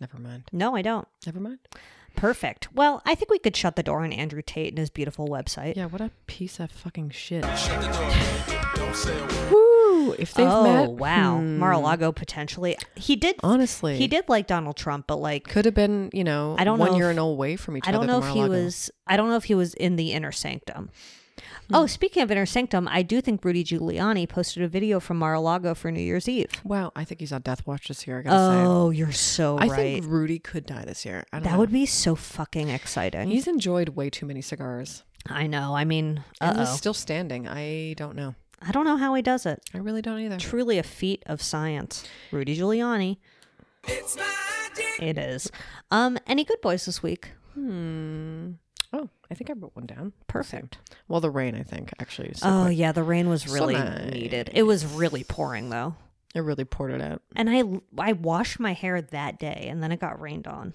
Speaker 2: Never mind.
Speaker 3: No, I don't.
Speaker 2: Never mind.
Speaker 3: Perfect. Well, I think we could shut the door on Andrew Tate and his beautiful website.
Speaker 2: Yeah, what a piece of fucking shit.
Speaker 3: um,
Speaker 2: Woo! If they've
Speaker 3: oh
Speaker 2: met,
Speaker 3: wow,
Speaker 2: hmm,
Speaker 3: Mar-a-Lago potentially. He did
Speaker 2: Honestly.
Speaker 3: He did like Donald Trump, but like
Speaker 2: could have been, you know,
Speaker 3: I don't
Speaker 2: one
Speaker 3: know if-
Speaker 2: year and away from each
Speaker 3: I
Speaker 2: other.
Speaker 3: don't know
Speaker 2: but
Speaker 3: if he
Speaker 2: Mar-a-Lago.
Speaker 3: was. I don't know if he was in the inner sanctum.
Speaker 2: Hmm.
Speaker 3: Oh, speaking of inner sanctum, I do think Rudy Giuliani posted a video from Mar-a-Lago for New Year's Eve.
Speaker 2: Wow, I think he's on death watch this year. I gotta
Speaker 3: Oh, you're so
Speaker 2: say, I
Speaker 3: right.
Speaker 2: think Rudy could die this year. I don't
Speaker 3: That
Speaker 2: know.
Speaker 3: would be so fucking exciting.
Speaker 2: He's enjoyed way too many cigars.
Speaker 3: I know. I mean,
Speaker 2: And
Speaker 3: uh
Speaker 2: he's
Speaker 3: oh,
Speaker 2: still standing. I don't know.
Speaker 3: I don't know how he does it.
Speaker 2: I really don't either.
Speaker 3: Truly a feat of science, Rudy Giuliani. It is. Um, any good boys this week?
Speaker 2: Hmm. Oh, I think I wrote one down.
Speaker 3: Perfect.
Speaker 2: Same. Well, the rain, I think, actually. is so
Speaker 3: Oh
Speaker 2: quick.
Speaker 3: yeah, the rain was
Speaker 2: So
Speaker 3: really
Speaker 2: nice.
Speaker 3: needed. It was really pouring though.
Speaker 2: It really poured it out.
Speaker 3: And I I washed my hair that day and then it got rained on.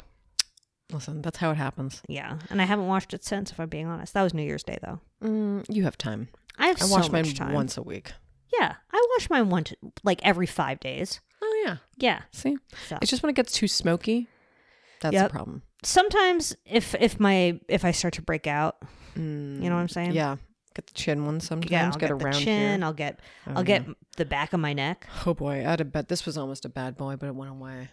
Speaker 2: Listen, that's how it happens.
Speaker 3: Yeah. And I haven't washed it since if I'm being honest. That was New Year's Day though.
Speaker 2: Mm, you have time.
Speaker 3: I have
Speaker 2: I
Speaker 3: so
Speaker 2: wash mine
Speaker 3: much time.
Speaker 2: once a week.
Speaker 3: Yeah. I wash mine once like every 5 days.
Speaker 2: Oh yeah.
Speaker 3: Yeah.
Speaker 2: See,
Speaker 3: So.
Speaker 2: it's just when it gets too smoky, that's
Speaker 3: Yep.
Speaker 2: the problem.
Speaker 3: Sometimes if if my if I start to break out, you know what I'm saying?
Speaker 2: Mm, Yeah, get the chin one sometimes.
Speaker 3: Yeah, I'll
Speaker 2: get,
Speaker 3: get, the
Speaker 2: around
Speaker 3: chin,
Speaker 2: here.
Speaker 3: I'll get
Speaker 2: Oh,
Speaker 3: I'll get the back of my neck,
Speaker 2: Oh boy, I had a bet. This was almost a bad boy, but it went away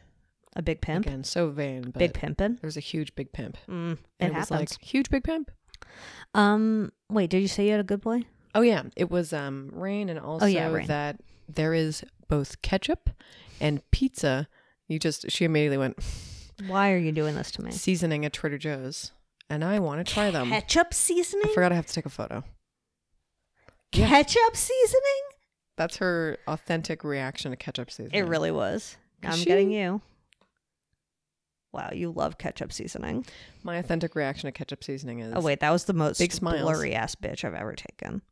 Speaker 3: a big pimp,
Speaker 2: again. So vain, but
Speaker 3: big pimpin.
Speaker 2: There's a huge big pimp. And
Speaker 3: Mm, it
Speaker 2: it was
Speaker 3: happens.
Speaker 2: like huge big pimp.
Speaker 3: um wait, did you say you had a good boy?
Speaker 2: Oh yeah, it was um rain and also
Speaker 3: Oh, yeah, rain.
Speaker 2: that there is both ketchup and pizza. You just she immediately went
Speaker 3: Why are you doing this to me?
Speaker 2: seasoning at Trader Joe's, and I want to try them.
Speaker 3: Ketchup seasoning?
Speaker 2: I forgot I have to take a photo. Yeah.
Speaker 3: Ketchup seasoning?
Speaker 2: That's her authentic reaction to ketchup seasoning.
Speaker 3: It really was.
Speaker 2: Is
Speaker 3: I'm getting
Speaker 2: she-
Speaker 3: you. Wow, you love ketchup seasoning.
Speaker 2: My authentic reaction to ketchup seasoning is
Speaker 3: Oh wait, that was the most
Speaker 2: Big smiles.
Speaker 3: blurry ass bitch I've ever taken.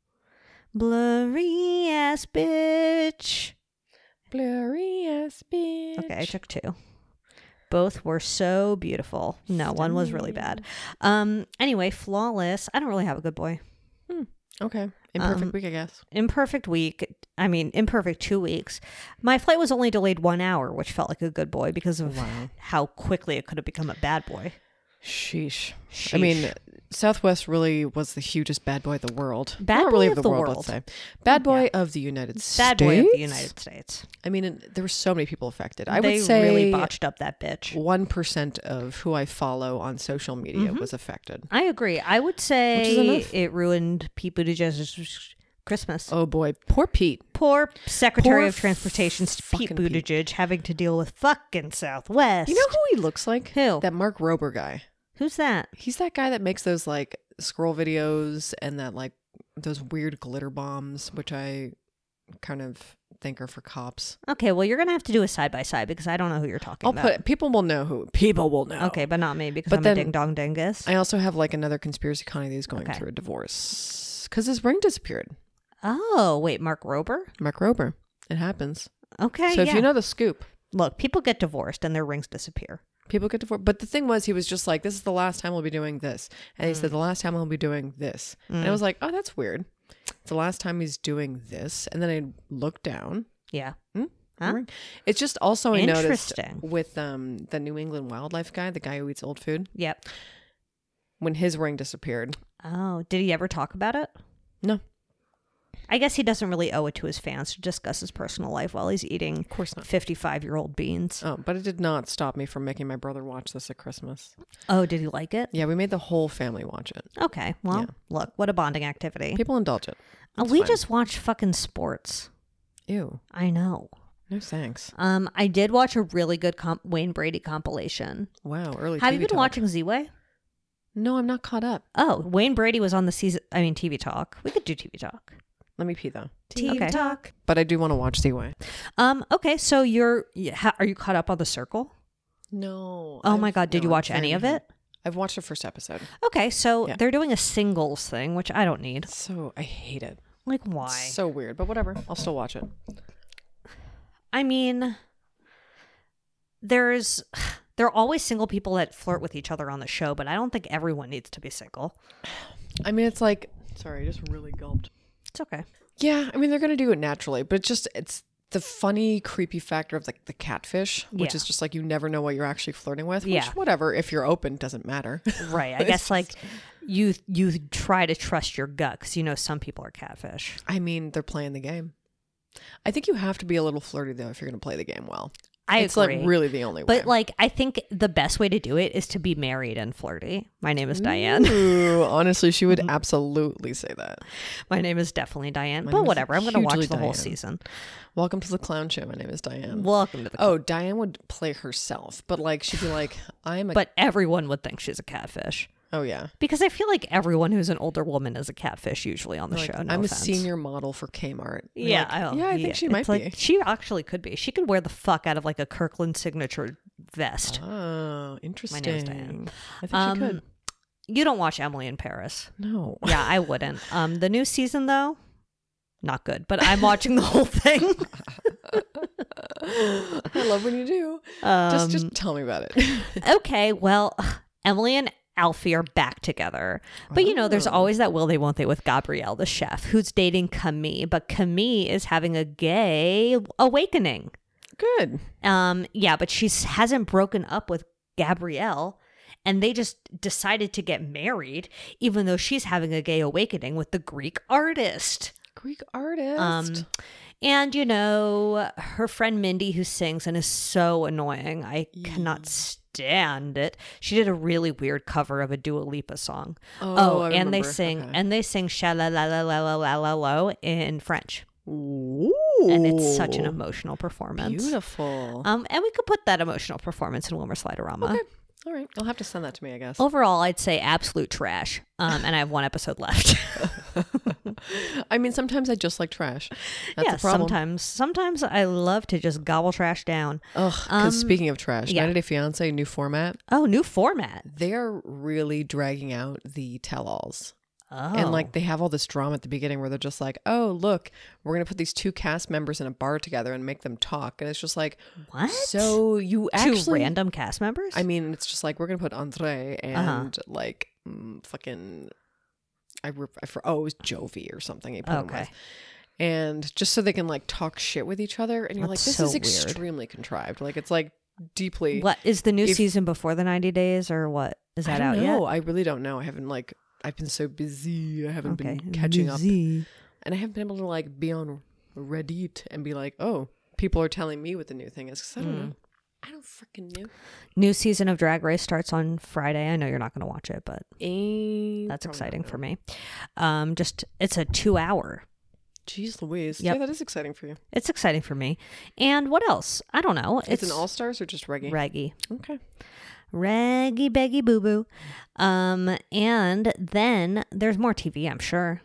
Speaker 3: Blurry ass bitch.
Speaker 2: blurry ass bitch.
Speaker 3: Okay, I took two. Both were so beautiful. No, one was really bad. Um anyway, flawless. I don't really have a good boy.
Speaker 2: Okay, imperfect
Speaker 3: Um,
Speaker 2: week, I guess.
Speaker 3: Imperfect week. I mean, imperfect two weeks. My flight was only delayed one hour, which felt like a good boy because of
Speaker 2: Wow.
Speaker 3: how quickly it could have become a bad boy.
Speaker 2: Sheesh. I mean,
Speaker 3: Sheesh.
Speaker 2: Southwest really was the hugest bad boy of the world.
Speaker 3: Bad
Speaker 2: Not really
Speaker 3: boy
Speaker 2: of
Speaker 3: of
Speaker 2: the,
Speaker 3: the
Speaker 2: world, let's
Speaker 3: world.
Speaker 2: say. Bad boy of the United States.
Speaker 3: Bad boy of the United States.
Speaker 2: I mean, and there were so many people affected. I
Speaker 3: they
Speaker 2: would say
Speaker 3: really botched up that bitch.
Speaker 2: one percent of who I follow on social media
Speaker 3: Mm-hmm.
Speaker 2: was affected.
Speaker 3: I agree. I would
Speaker 2: Which
Speaker 3: say
Speaker 2: is enough.
Speaker 3: it ruined Pete Buttigieg's Christmas.
Speaker 2: Oh boy, poor Pete.
Speaker 3: Poor Secretary
Speaker 2: Poor
Speaker 3: of Transportation Pete
Speaker 2: fucking Pete.
Speaker 3: Buttigieg having to deal with fucking Southwest.
Speaker 2: You know who he looks like?
Speaker 3: Who?
Speaker 2: That Mark Rober guy.
Speaker 3: who's that?
Speaker 2: He's that guy that makes those like scroll videos and that like those weird glitter bombs, which I kind of think are for cops.
Speaker 3: Okay, well you're gonna have to do a side by side because I don't know who you're talking
Speaker 2: I'll
Speaker 3: about.
Speaker 2: put people will know who people will know.
Speaker 3: Okay, but not me because
Speaker 2: But
Speaker 3: I'm
Speaker 2: then-
Speaker 3: a ding dong dingus.
Speaker 2: I also have like another conspiracy Connie that he's going
Speaker 3: Okay.
Speaker 2: through a divorce because his ring disappeared.
Speaker 3: oh wait, Mark Rober.
Speaker 2: Mark Rober. It happens.
Speaker 3: Okay,
Speaker 2: so if
Speaker 3: yeah.
Speaker 2: you know the scoop,
Speaker 3: look, people get divorced and their rings disappear.
Speaker 2: People get divorced. But the thing was, he was just like, this is the last time we'll be doing this. And he
Speaker 3: Mm.
Speaker 2: said, the last time I'll be doing this. And I was like, oh, that's weird. It's the last time he's doing this. And then I looked down.
Speaker 3: Yeah.
Speaker 2: It's just also, I noticed
Speaker 3: Interesting.
Speaker 2: with um, the New England wildlife guy, the guy who eats old food,
Speaker 3: Yep.
Speaker 2: when his ring disappeared.
Speaker 3: Oh, did he ever talk about it?
Speaker 2: No,
Speaker 3: I guess he doesn't really owe it to his fans to discuss his personal life while he's eating
Speaker 2: of course not.
Speaker 3: 55 year old beans.
Speaker 2: Oh, but it did not stop me from making my brother watch this at Christmas.
Speaker 3: Oh, did he like it?
Speaker 2: Yeah, we made the whole family watch it.
Speaker 3: Okay. Well, look, what a bonding activity.
Speaker 2: People indulge it.
Speaker 3: Uh, we just watched fucking sports.
Speaker 2: Ew.
Speaker 3: I know.
Speaker 2: No thanks.
Speaker 3: Um, I did watch a really good comp- Wayne Brady compilation.
Speaker 2: Wow. Early.
Speaker 3: Have you
Speaker 2: TV
Speaker 3: been
Speaker 2: talk.
Speaker 3: watching Z Way?
Speaker 2: No, I'm not caught up.
Speaker 3: Oh, Wayne Brady was on the season. I mean, TV Talk. We could do TV Talk.
Speaker 2: Let me pee though.
Speaker 3: TV Talk.
Speaker 2: But I do want to watch Seaway.
Speaker 3: Um. Okay. So you're. y- ha- Are you caught up on the Circle?
Speaker 2: No.
Speaker 3: Oh my God! Did you watch any of it?
Speaker 2: I've watched the first episode.
Speaker 3: Okay. So
Speaker 2: Yeah.
Speaker 3: they're doing a singles thing, which I don't need.
Speaker 2: So I hate it.
Speaker 3: Like, why?
Speaker 2: So weird, but whatever. I'll still watch it.
Speaker 3: I mean, there's there are always single people that flirt with each other on the show, but I don't think everyone needs to be single.
Speaker 2: I mean, it's like. Sorry, I just really gulped.
Speaker 3: It's okay.
Speaker 2: Yeah, I mean they're gonna do it naturally, but it's just it's the funny, creepy factor of like the catfish, which
Speaker 3: Yeah.
Speaker 2: is just like you never know what you're actually flirting with. Which,
Speaker 3: Yeah.
Speaker 2: whatever. If you're open, doesn't matter.
Speaker 3: Right. I
Speaker 2: It's
Speaker 3: guess like you you try to trust your gut because you know some people are catfish.
Speaker 2: I mean, they're playing the game. I think you have to be a little flirty though if you're going to play the game well.
Speaker 3: I
Speaker 2: it's
Speaker 3: agree.
Speaker 2: like really the only way.
Speaker 3: but like I think the best way to do it is to be married and flirty. My name is Diane. Mm-hmm.
Speaker 2: Ooh, honestly, she would absolutely say that.
Speaker 3: My name is definitely Diane.
Speaker 2: My name
Speaker 3: but
Speaker 2: is
Speaker 3: whatever. I'm going to watch
Speaker 2: hugely
Speaker 3: the whole
Speaker 2: Diane.
Speaker 3: season.
Speaker 2: Welcome to the clown show. My name is Diane.
Speaker 3: Welcome to the
Speaker 2: oh, Diane would play herself, but like she'd be like, "I'm a."
Speaker 3: But everyone would think she's a catfish
Speaker 2: oh yeah,
Speaker 3: because I feel like everyone who's an older woman is a catfish usually on the
Speaker 2: Like,
Speaker 3: show. No
Speaker 2: I'm
Speaker 3: offense.
Speaker 2: a senior model for Kmart. And you're
Speaker 3: Yeah,
Speaker 2: like,
Speaker 3: I,
Speaker 2: yeah, I think she
Speaker 3: it's
Speaker 2: might
Speaker 3: like-
Speaker 2: be.
Speaker 3: She actually could be. She could wear the fuck out of like a Kirkland signature vest.
Speaker 2: Oh, interesting.
Speaker 3: Diane.
Speaker 2: I think
Speaker 3: Um,
Speaker 2: she could.
Speaker 3: You don't watch Emily in Paris.
Speaker 2: No.
Speaker 3: Yeah, I wouldn't. Um, the new season though, not good. But I'm watching the whole thing.
Speaker 2: I love when you do. just,
Speaker 3: Um,
Speaker 2: just tell me about it.
Speaker 3: okay, well, Emily and Alfie are back together. But you know, there's
Speaker 2: Oh.
Speaker 3: always that will they won't they with Gabrielle, the chef, who's dating Camille. But Camille is having a gay awakening.
Speaker 2: Good.
Speaker 3: Um, yeah, but she hasn't broken up with Gabrielle, and they just decided to get married, even though she's having a gay awakening with the Greek artist.
Speaker 2: Greek artist.
Speaker 3: Um, and you know, her friend Mindy, who sings and is so annoying, I cannot stand it. She did a really weird cover of a Dua Lipa song.
Speaker 2: Oh, I
Speaker 3: and they
Speaker 2: remember.
Speaker 3: sing
Speaker 2: Okay.
Speaker 3: and they sing sha la la la la la la la la in French,
Speaker 2: Ooh.
Speaker 3: and it's such an emotional performance.
Speaker 2: Beautiful.
Speaker 3: Um, and we could put that emotional performance in Wilmer Sliderama.
Speaker 2: All right. You'll have to send that to me, I guess.
Speaker 3: Overall, I'd say absolute trash. Um, and I have one episode left.
Speaker 2: I mean, sometimes I just like trash. That's
Speaker 3: yeah,
Speaker 2: the problem.
Speaker 3: sometimes, sometimes I love to just gobble trash down.
Speaker 2: Ugh, because speaking of trash,
Speaker 3: Um, yeah.
Speaker 2: 90 Day Fiance, new format,
Speaker 3: Oh, new format.
Speaker 2: they're really dragging out the tell alls.
Speaker 3: Oh,
Speaker 2: And like they have all this drama at the beginning where they're just like, oh, look, we're going to put these two cast members in a bar together and make them talk. And it's just like,
Speaker 3: what?
Speaker 2: so you
Speaker 3: two
Speaker 2: actually.
Speaker 3: random cast members.
Speaker 2: I mean, it's just like, we're going to put Andre
Speaker 3: Uh-huh.
Speaker 2: and like mm, fucking. I, re- I for oh it was Jovi or something he put him
Speaker 3: Okay.
Speaker 2: with. and just so they can like talk shit with each other and you're
Speaker 3: That's
Speaker 2: like this
Speaker 3: so
Speaker 2: is
Speaker 3: weird.
Speaker 2: extremely contrived like it's like deeply
Speaker 3: what is the new
Speaker 2: if-
Speaker 3: season before the ninety days or what is
Speaker 2: I
Speaker 3: that
Speaker 2: don't
Speaker 3: out
Speaker 2: know.
Speaker 3: yet?
Speaker 2: I really don't know I haven't like I've been so busy I haven't
Speaker 3: Okay,
Speaker 2: been catching up
Speaker 3: Busy.
Speaker 2: and I haven't been able to like be on Reddit and be like oh people are telling me what the new thing is 'cause I
Speaker 3: Hmm.
Speaker 2: don't know I don't freaking know
Speaker 3: New season of Drag Race starts on Friday. I know you're not going to watch it, but
Speaker 2: Eh, Mm,
Speaker 3: that's
Speaker 2: probably
Speaker 3: exciting
Speaker 2: not.
Speaker 3: for me. Um, just it's a two hour
Speaker 2: Jeez Louise
Speaker 3: Yep.
Speaker 2: yeah that is exciting for you
Speaker 3: It's exciting for me. And what else? I don't know.
Speaker 2: it's, an all stars or just reggae
Speaker 3: Reggie.
Speaker 2: okay
Speaker 3: Reggie Beggy Boo Boo. Um, and then there's more TV, I'm sure.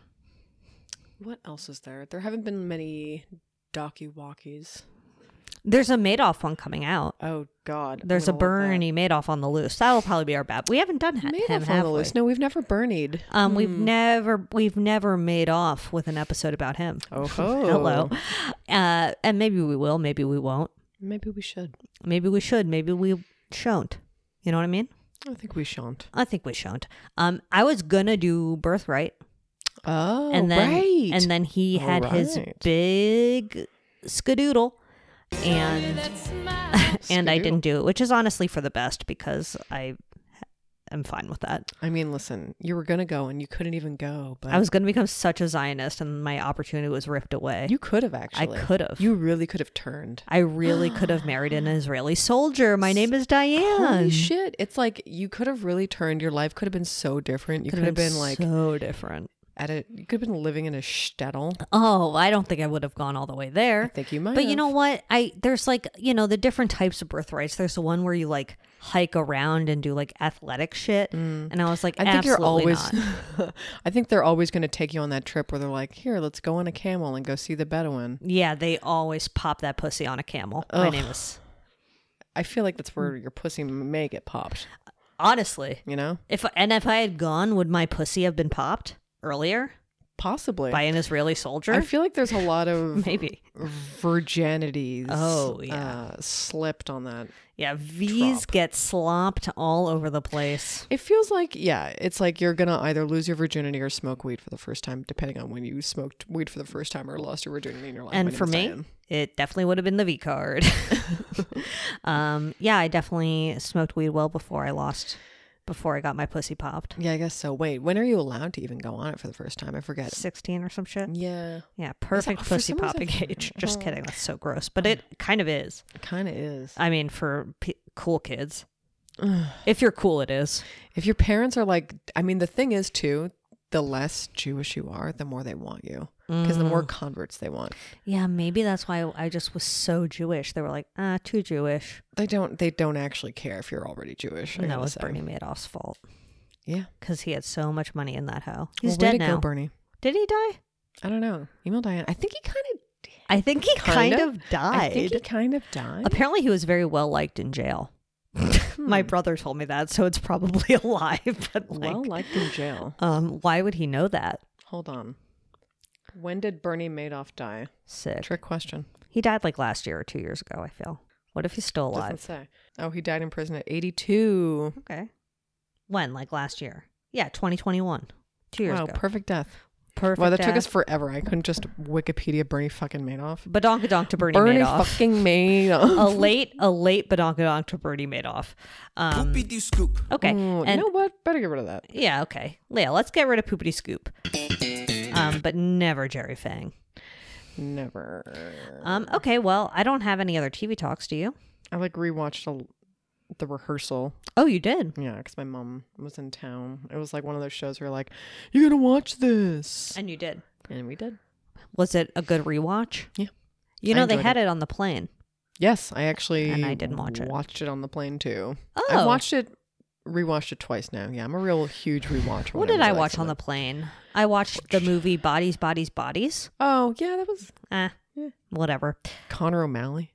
Speaker 2: what else is there there haven't been many docu walkies
Speaker 3: There's a Madoff one coming out.
Speaker 2: oh God I'm
Speaker 3: There's a
Speaker 2: gonna love that.
Speaker 3: Bernie Madoff on the loose. That'll probably be our bad. We haven't done ha-
Speaker 2: made
Speaker 3: him
Speaker 2: off on the
Speaker 3: halfway.
Speaker 2: list. No, Hmm. we've never Bernied.
Speaker 3: Um, we've never we've never made off with an episode about him.
Speaker 2: Oh,
Speaker 3: Hello. Uh, and maybe we will. Maybe we won't.
Speaker 2: Maybe we should.
Speaker 3: Maybe we should. Maybe we shan't. You know what I mean?
Speaker 2: I think we shan't.
Speaker 3: I think we shan't. Um, I was gonna do Birthright,
Speaker 2: Oh,
Speaker 3: and then
Speaker 2: right.
Speaker 3: and then he had his
Speaker 2: Alright.
Speaker 3: big skadoodle, and and I
Speaker 2: Skadoodle.
Speaker 3: didn't do it, which is honestly for the best because I am fine with that.
Speaker 2: I mean, listen, you were gonna go and you couldn't even go, but
Speaker 3: I was gonna become such a Zionist, and my opportunity was ripped away.
Speaker 2: You could have
Speaker 3: Eh, I
Speaker 2: actually.
Speaker 3: could have.
Speaker 2: You really could have turned.
Speaker 3: I really could have married an Israeli soldier. My name is Diane.
Speaker 2: Holy shit! It's like you could have really turned. Your life could have been so different. You could have been, like
Speaker 3: so different.
Speaker 2: at a. You could have been living in a shtetl.
Speaker 3: Oh, I don't think I would have gone all the way there.
Speaker 2: I think you might
Speaker 3: But you
Speaker 2: have.
Speaker 3: know what? I there's like you know the different types of birthrights. There's the one where you like hike around and do like athletic shit, and I was like,
Speaker 2: Mm. I think you're
Speaker 3: absolutely
Speaker 2: always.
Speaker 3: not.
Speaker 2: I think they're always going to take you on that trip where they're like, "Here, let's go on a camel and go see the Bedouin."
Speaker 3: Yeah, they always pop that pussy on a camel. My
Speaker 2: Ugh.
Speaker 3: name is
Speaker 2: I feel like that's where your pussy may get popped.
Speaker 3: honestly.
Speaker 2: You know,
Speaker 3: If and if I had gone, would my pussy have been popped earlier
Speaker 2: possibly.
Speaker 3: by an Israeli soldier?
Speaker 2: I feel like there's a lot of
Speaker 3: Maybe.
Speaker 2: virginities.
Speaker 3: Oh, yeah.
Speaker 2: uh, slipped on that.
Speaker 3: Yeah, V's
Speaker 2: Trump.
Speaker 3: get slopped all over the place.
Speaker 2: It feels like, yeah, it's like you're gonna either lose your virginity or smoke weed for the first time, depending on when you smoked weed for the first time or lost your virginity in your life. My
Speaker 3: and
Speaker 2: name
Speaker 3: for
Speaker 2: is
Speaker 3: me,
Speaker 2: Diane.
Speaker 3: it definitely would have been the V card. um, yeah, I definitely smoked weed well before I lost, before I got my pussy popped.
Speaker 2: yeah, I guess so. Wait, when are you allowed to even go on it for the first time? I forget.
Speaker 3: 16 or some shit.
Speaker 2: Yeah,
Speaker 3: Yeah, perfect
Speaker 2: for
Speaker 3: pussy
Speaker 2: some reason-
Speaker 3: popping age. Just kidding. That's so gross. But it kind of is.
Speaker 2: kind of is.
Speaker 3: I mean, for p- cool kids. if you're cool, it is.
Speaker 2: If your parents are like, I mean, the thing is too, the less Jewish you are, the more they want you, because the more
Speaker 3: Mm.
Speaker 2: converts they want.
Speaker 3: Yeah, maybe that's why I just was so Jewish. They were like, ah, too Jewish.
Speaker 2: They don't. They don't actually care if you're already Jewish. I
Speaker 3: And that
Speaker 2: gotta
Speaker 3: was
Speaker 2: say.
Speaker 3: Bernie Madoff's fault
Speaker 2: Yeah,
Speaker 3: because he had so much money in that hoe. He's
Speaker 2: Well, way
Speaker 3: dead
Speaker 2: to
Speaker 3: now.
Speaker 2: go, Bernie.
Speaker 3: Did he die?
Speaker 2: I don't know. Email Diane. I think he kind of.
Speaker 3: I think he kind, of,
Speaker 2: I
Speaker 3: died.
Speaker 2: think he kind of died.
Speaker 3: Apparently, he was very well liked in jail.
Speaker 2: Hmm.
Speaker 3: My brother told me that, so it's probably a lie. But like,
Speaker 2: well liked in jail.
Speaker 3: um, why would he know that?
Speaker 2: Hold on. When did Bernie Madoff die?
Speaker 3: Sick.
Speaker 2: Trick question.
Speaker 3: He died like last year or two years ago. I feel. What if he's still
Speaker 2: Doesn't
Speaker 3: alive?
Speaker 2: say. Oh, he died in prison at 82.
Speaker 3: Okay. When? Like last year? Yeah, 2021. Two years
Speaker 2: Wow,
Speaker 3: ago.
Speaker 2: perfect death.
Speaker 3: perfect.
Speaker 2: wow, that took us
Speaker 3: ass.
Speaker 2: forever. I couldn't just Wikipedia Bernie fucking Madoff.
Speaker 3: badonkadonk to Bernie,
Speaker 2: Bernie
Speaker 3: Madoff.
Speaker 2: fucking Madoff.
Speaker 3: a late, a late badonkadonk to Bernie Madoff. Um, Okay.
Speaker 2: Ooh, Mm, you
Speaker 3: and
Speaker 2: know what? Better get rid of that.
Speaker 3: Yeah, okay. Yeah, let's get rid of Poopity Scoop. Um, but never Jerry Fang.
Speaker 2: Never.
Speaker 3: Um, okay, well, I don't have any other TV talks, do you?
Speaker 2: I like rewatched a, the rehearsal.
Speaker 3: Oh, you did.
Speaker 2: Yeah, because my mom was in town. It was like one of those shows where you're like, you're going to watch this.
Speaker 3: And you did.
Speaker 2: And we did.
Speaker 3: Was it a good rewatch?
Speaker 2: Yeah.
Speaker 3: You
Speaker 2: I
Speaker 3: know, they
Speaker 2: enjoyed
Speaker 3: had it. on the plane.
Speaker 2: Yes, I actually
Speaker 3: And I didn't watch it.
Speaker 2: Watched it on the plane too.
Speaker 3: Oh.
Speaker 2: I watched it, rewatched it twice now. Yeah, I'm a real huge rewatch.
Speaker 3: What did I watch on the plane? I watched the movie Bodies, Bodies, Bodies.
Speaker 2: Oh yeah, that was
Speaker 3: Eh, whatever.
Speaker 2: Connor O'Malley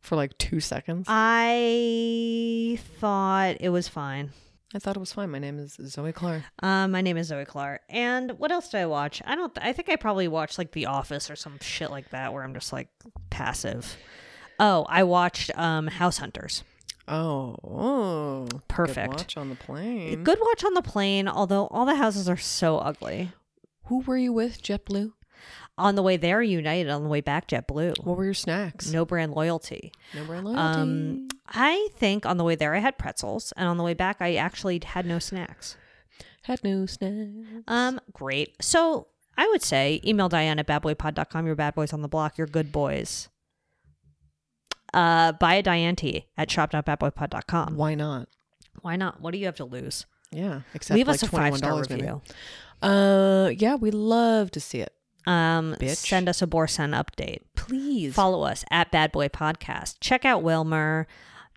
Speaker 2: for like two seconds.
Speaker 3: Ah. I thought it was fine.
Speaker 2: I thought it was fine. My name is Zoe Clark.
Speaker 3: Um, my name is Zoe Clark. And what else did I watch? I don't. I think I probably watched like The Office or some shit like that, where I'm just like passive. Oh, I watched um House Hunters.
Speaker 2: Oh, oh, good
Speaker 3: Perfect.
Speaker 2: watch on the plane.
Speaker 3: Good watch on the plane. Although all the houses are so ugly.
Speaker 2: Who were you with? JetBlue.
Speaker 3: On the way there, United. On the way back, JetBlue.
Speaker 2: What were your snacks?
Speaker 3: No brand loyalty.
Speaker 2: no brand loyalty.
Speaker 3: Um, I think on the way there I had pretzels, and on the way back I actually had no snacks.
Speaker 2: Had no snacks.
Speaker 3: Um, great. So I would say email Diane at badboypod.com. Your bad boys on the block. Your good boys. Uh, buy a Diane tea at shop.badboypod.com. Why,
Speaker 2: Why not?
Speaker 3: Why not? What do you have to lose?
Speaker 2: Yeah, except
Speaker 3: Leave
Speaker 2: like
Speaker 3: us a
Speaker 2: twenty-one
Speaker 3: five star
Speaker 2: dollars maybe.
Speaker 3: review.
Speaker 2: Uh, yeah, we love to see it.
Speaker 3: Um,
Speaker 2: Bitch.
Speaker 3: send us a Borsan update.
Speaker 2: Please
Speaker 3: Follow us at Bad Boy Podcast. Check out Wilmer.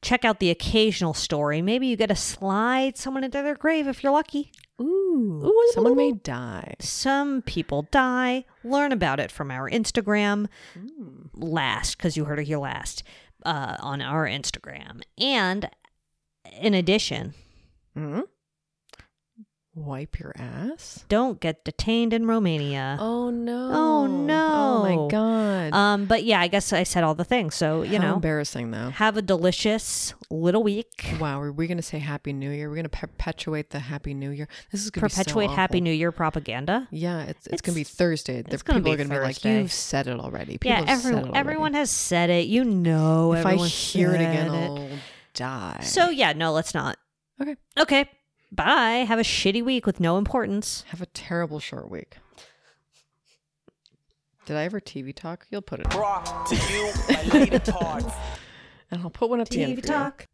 Speaker 3: Check out the occasional story. Maybe you get to slide someone into their grave if you're lucky.
Speaker 2: Ooh, someone may die.
Speaker 3: Some people die. Learn about it from our Instagram
Speaker 2: Hmm.
Speaker 3: last, because you heard it here last uh, on our Instagram. And in addition,
Speaker 2: Mm-hmm. Wipe your ass?
Speaker 3: Don't get detained in Romania.
Speaker 2: Oh no.
Speaker 3: Oh, no.
Speaker 2: Oh my god.
Speaker 3: Um, but yeah, I guess I said all the things. So you
Speaker 2: How
Speaker 3: know,
Speaker 2: embarrassing though.
Speaker 3: have a delicious little week.
Speaker 2: Wow, are we going to say Happy New Year? We're going to perpetuate the Happy New Year. This is going to
Speaker 3: Perpetuate Happy New Year propaganda.
Speaker 2: Yeah, it's, it's, going to be Thursday. The
Speaker 3: it's gonna
Speaker 2: people are
Speaker 3: be
Speaker 2: going to be like,
Speaker 3: Thursday.
Speaker 2: "You've said it already." People
Speaker 3: Yeah,
Speaker 2: have said it
Speaker 3: everyone
Speaker 2: already.
Speaker 3: everyone has said it. You know,
Speaker 2: If I
Speaker 3: everyone
Speaker 2: hear it again,
Speaker 3: said it.
Speaker 2: I'll die.
Speaker 3: So yeah, no, let's not.
Speaker 2: okay,
Speaker 3: Okay, bye. Have a shitty week with no importance.
Speaker 2: have a terrible short week. Did I ever TV talk? You'll put it,
Speaker 1: Brought to you by Lady Parts.
Speaker 2: and I'll put one at the end. for you.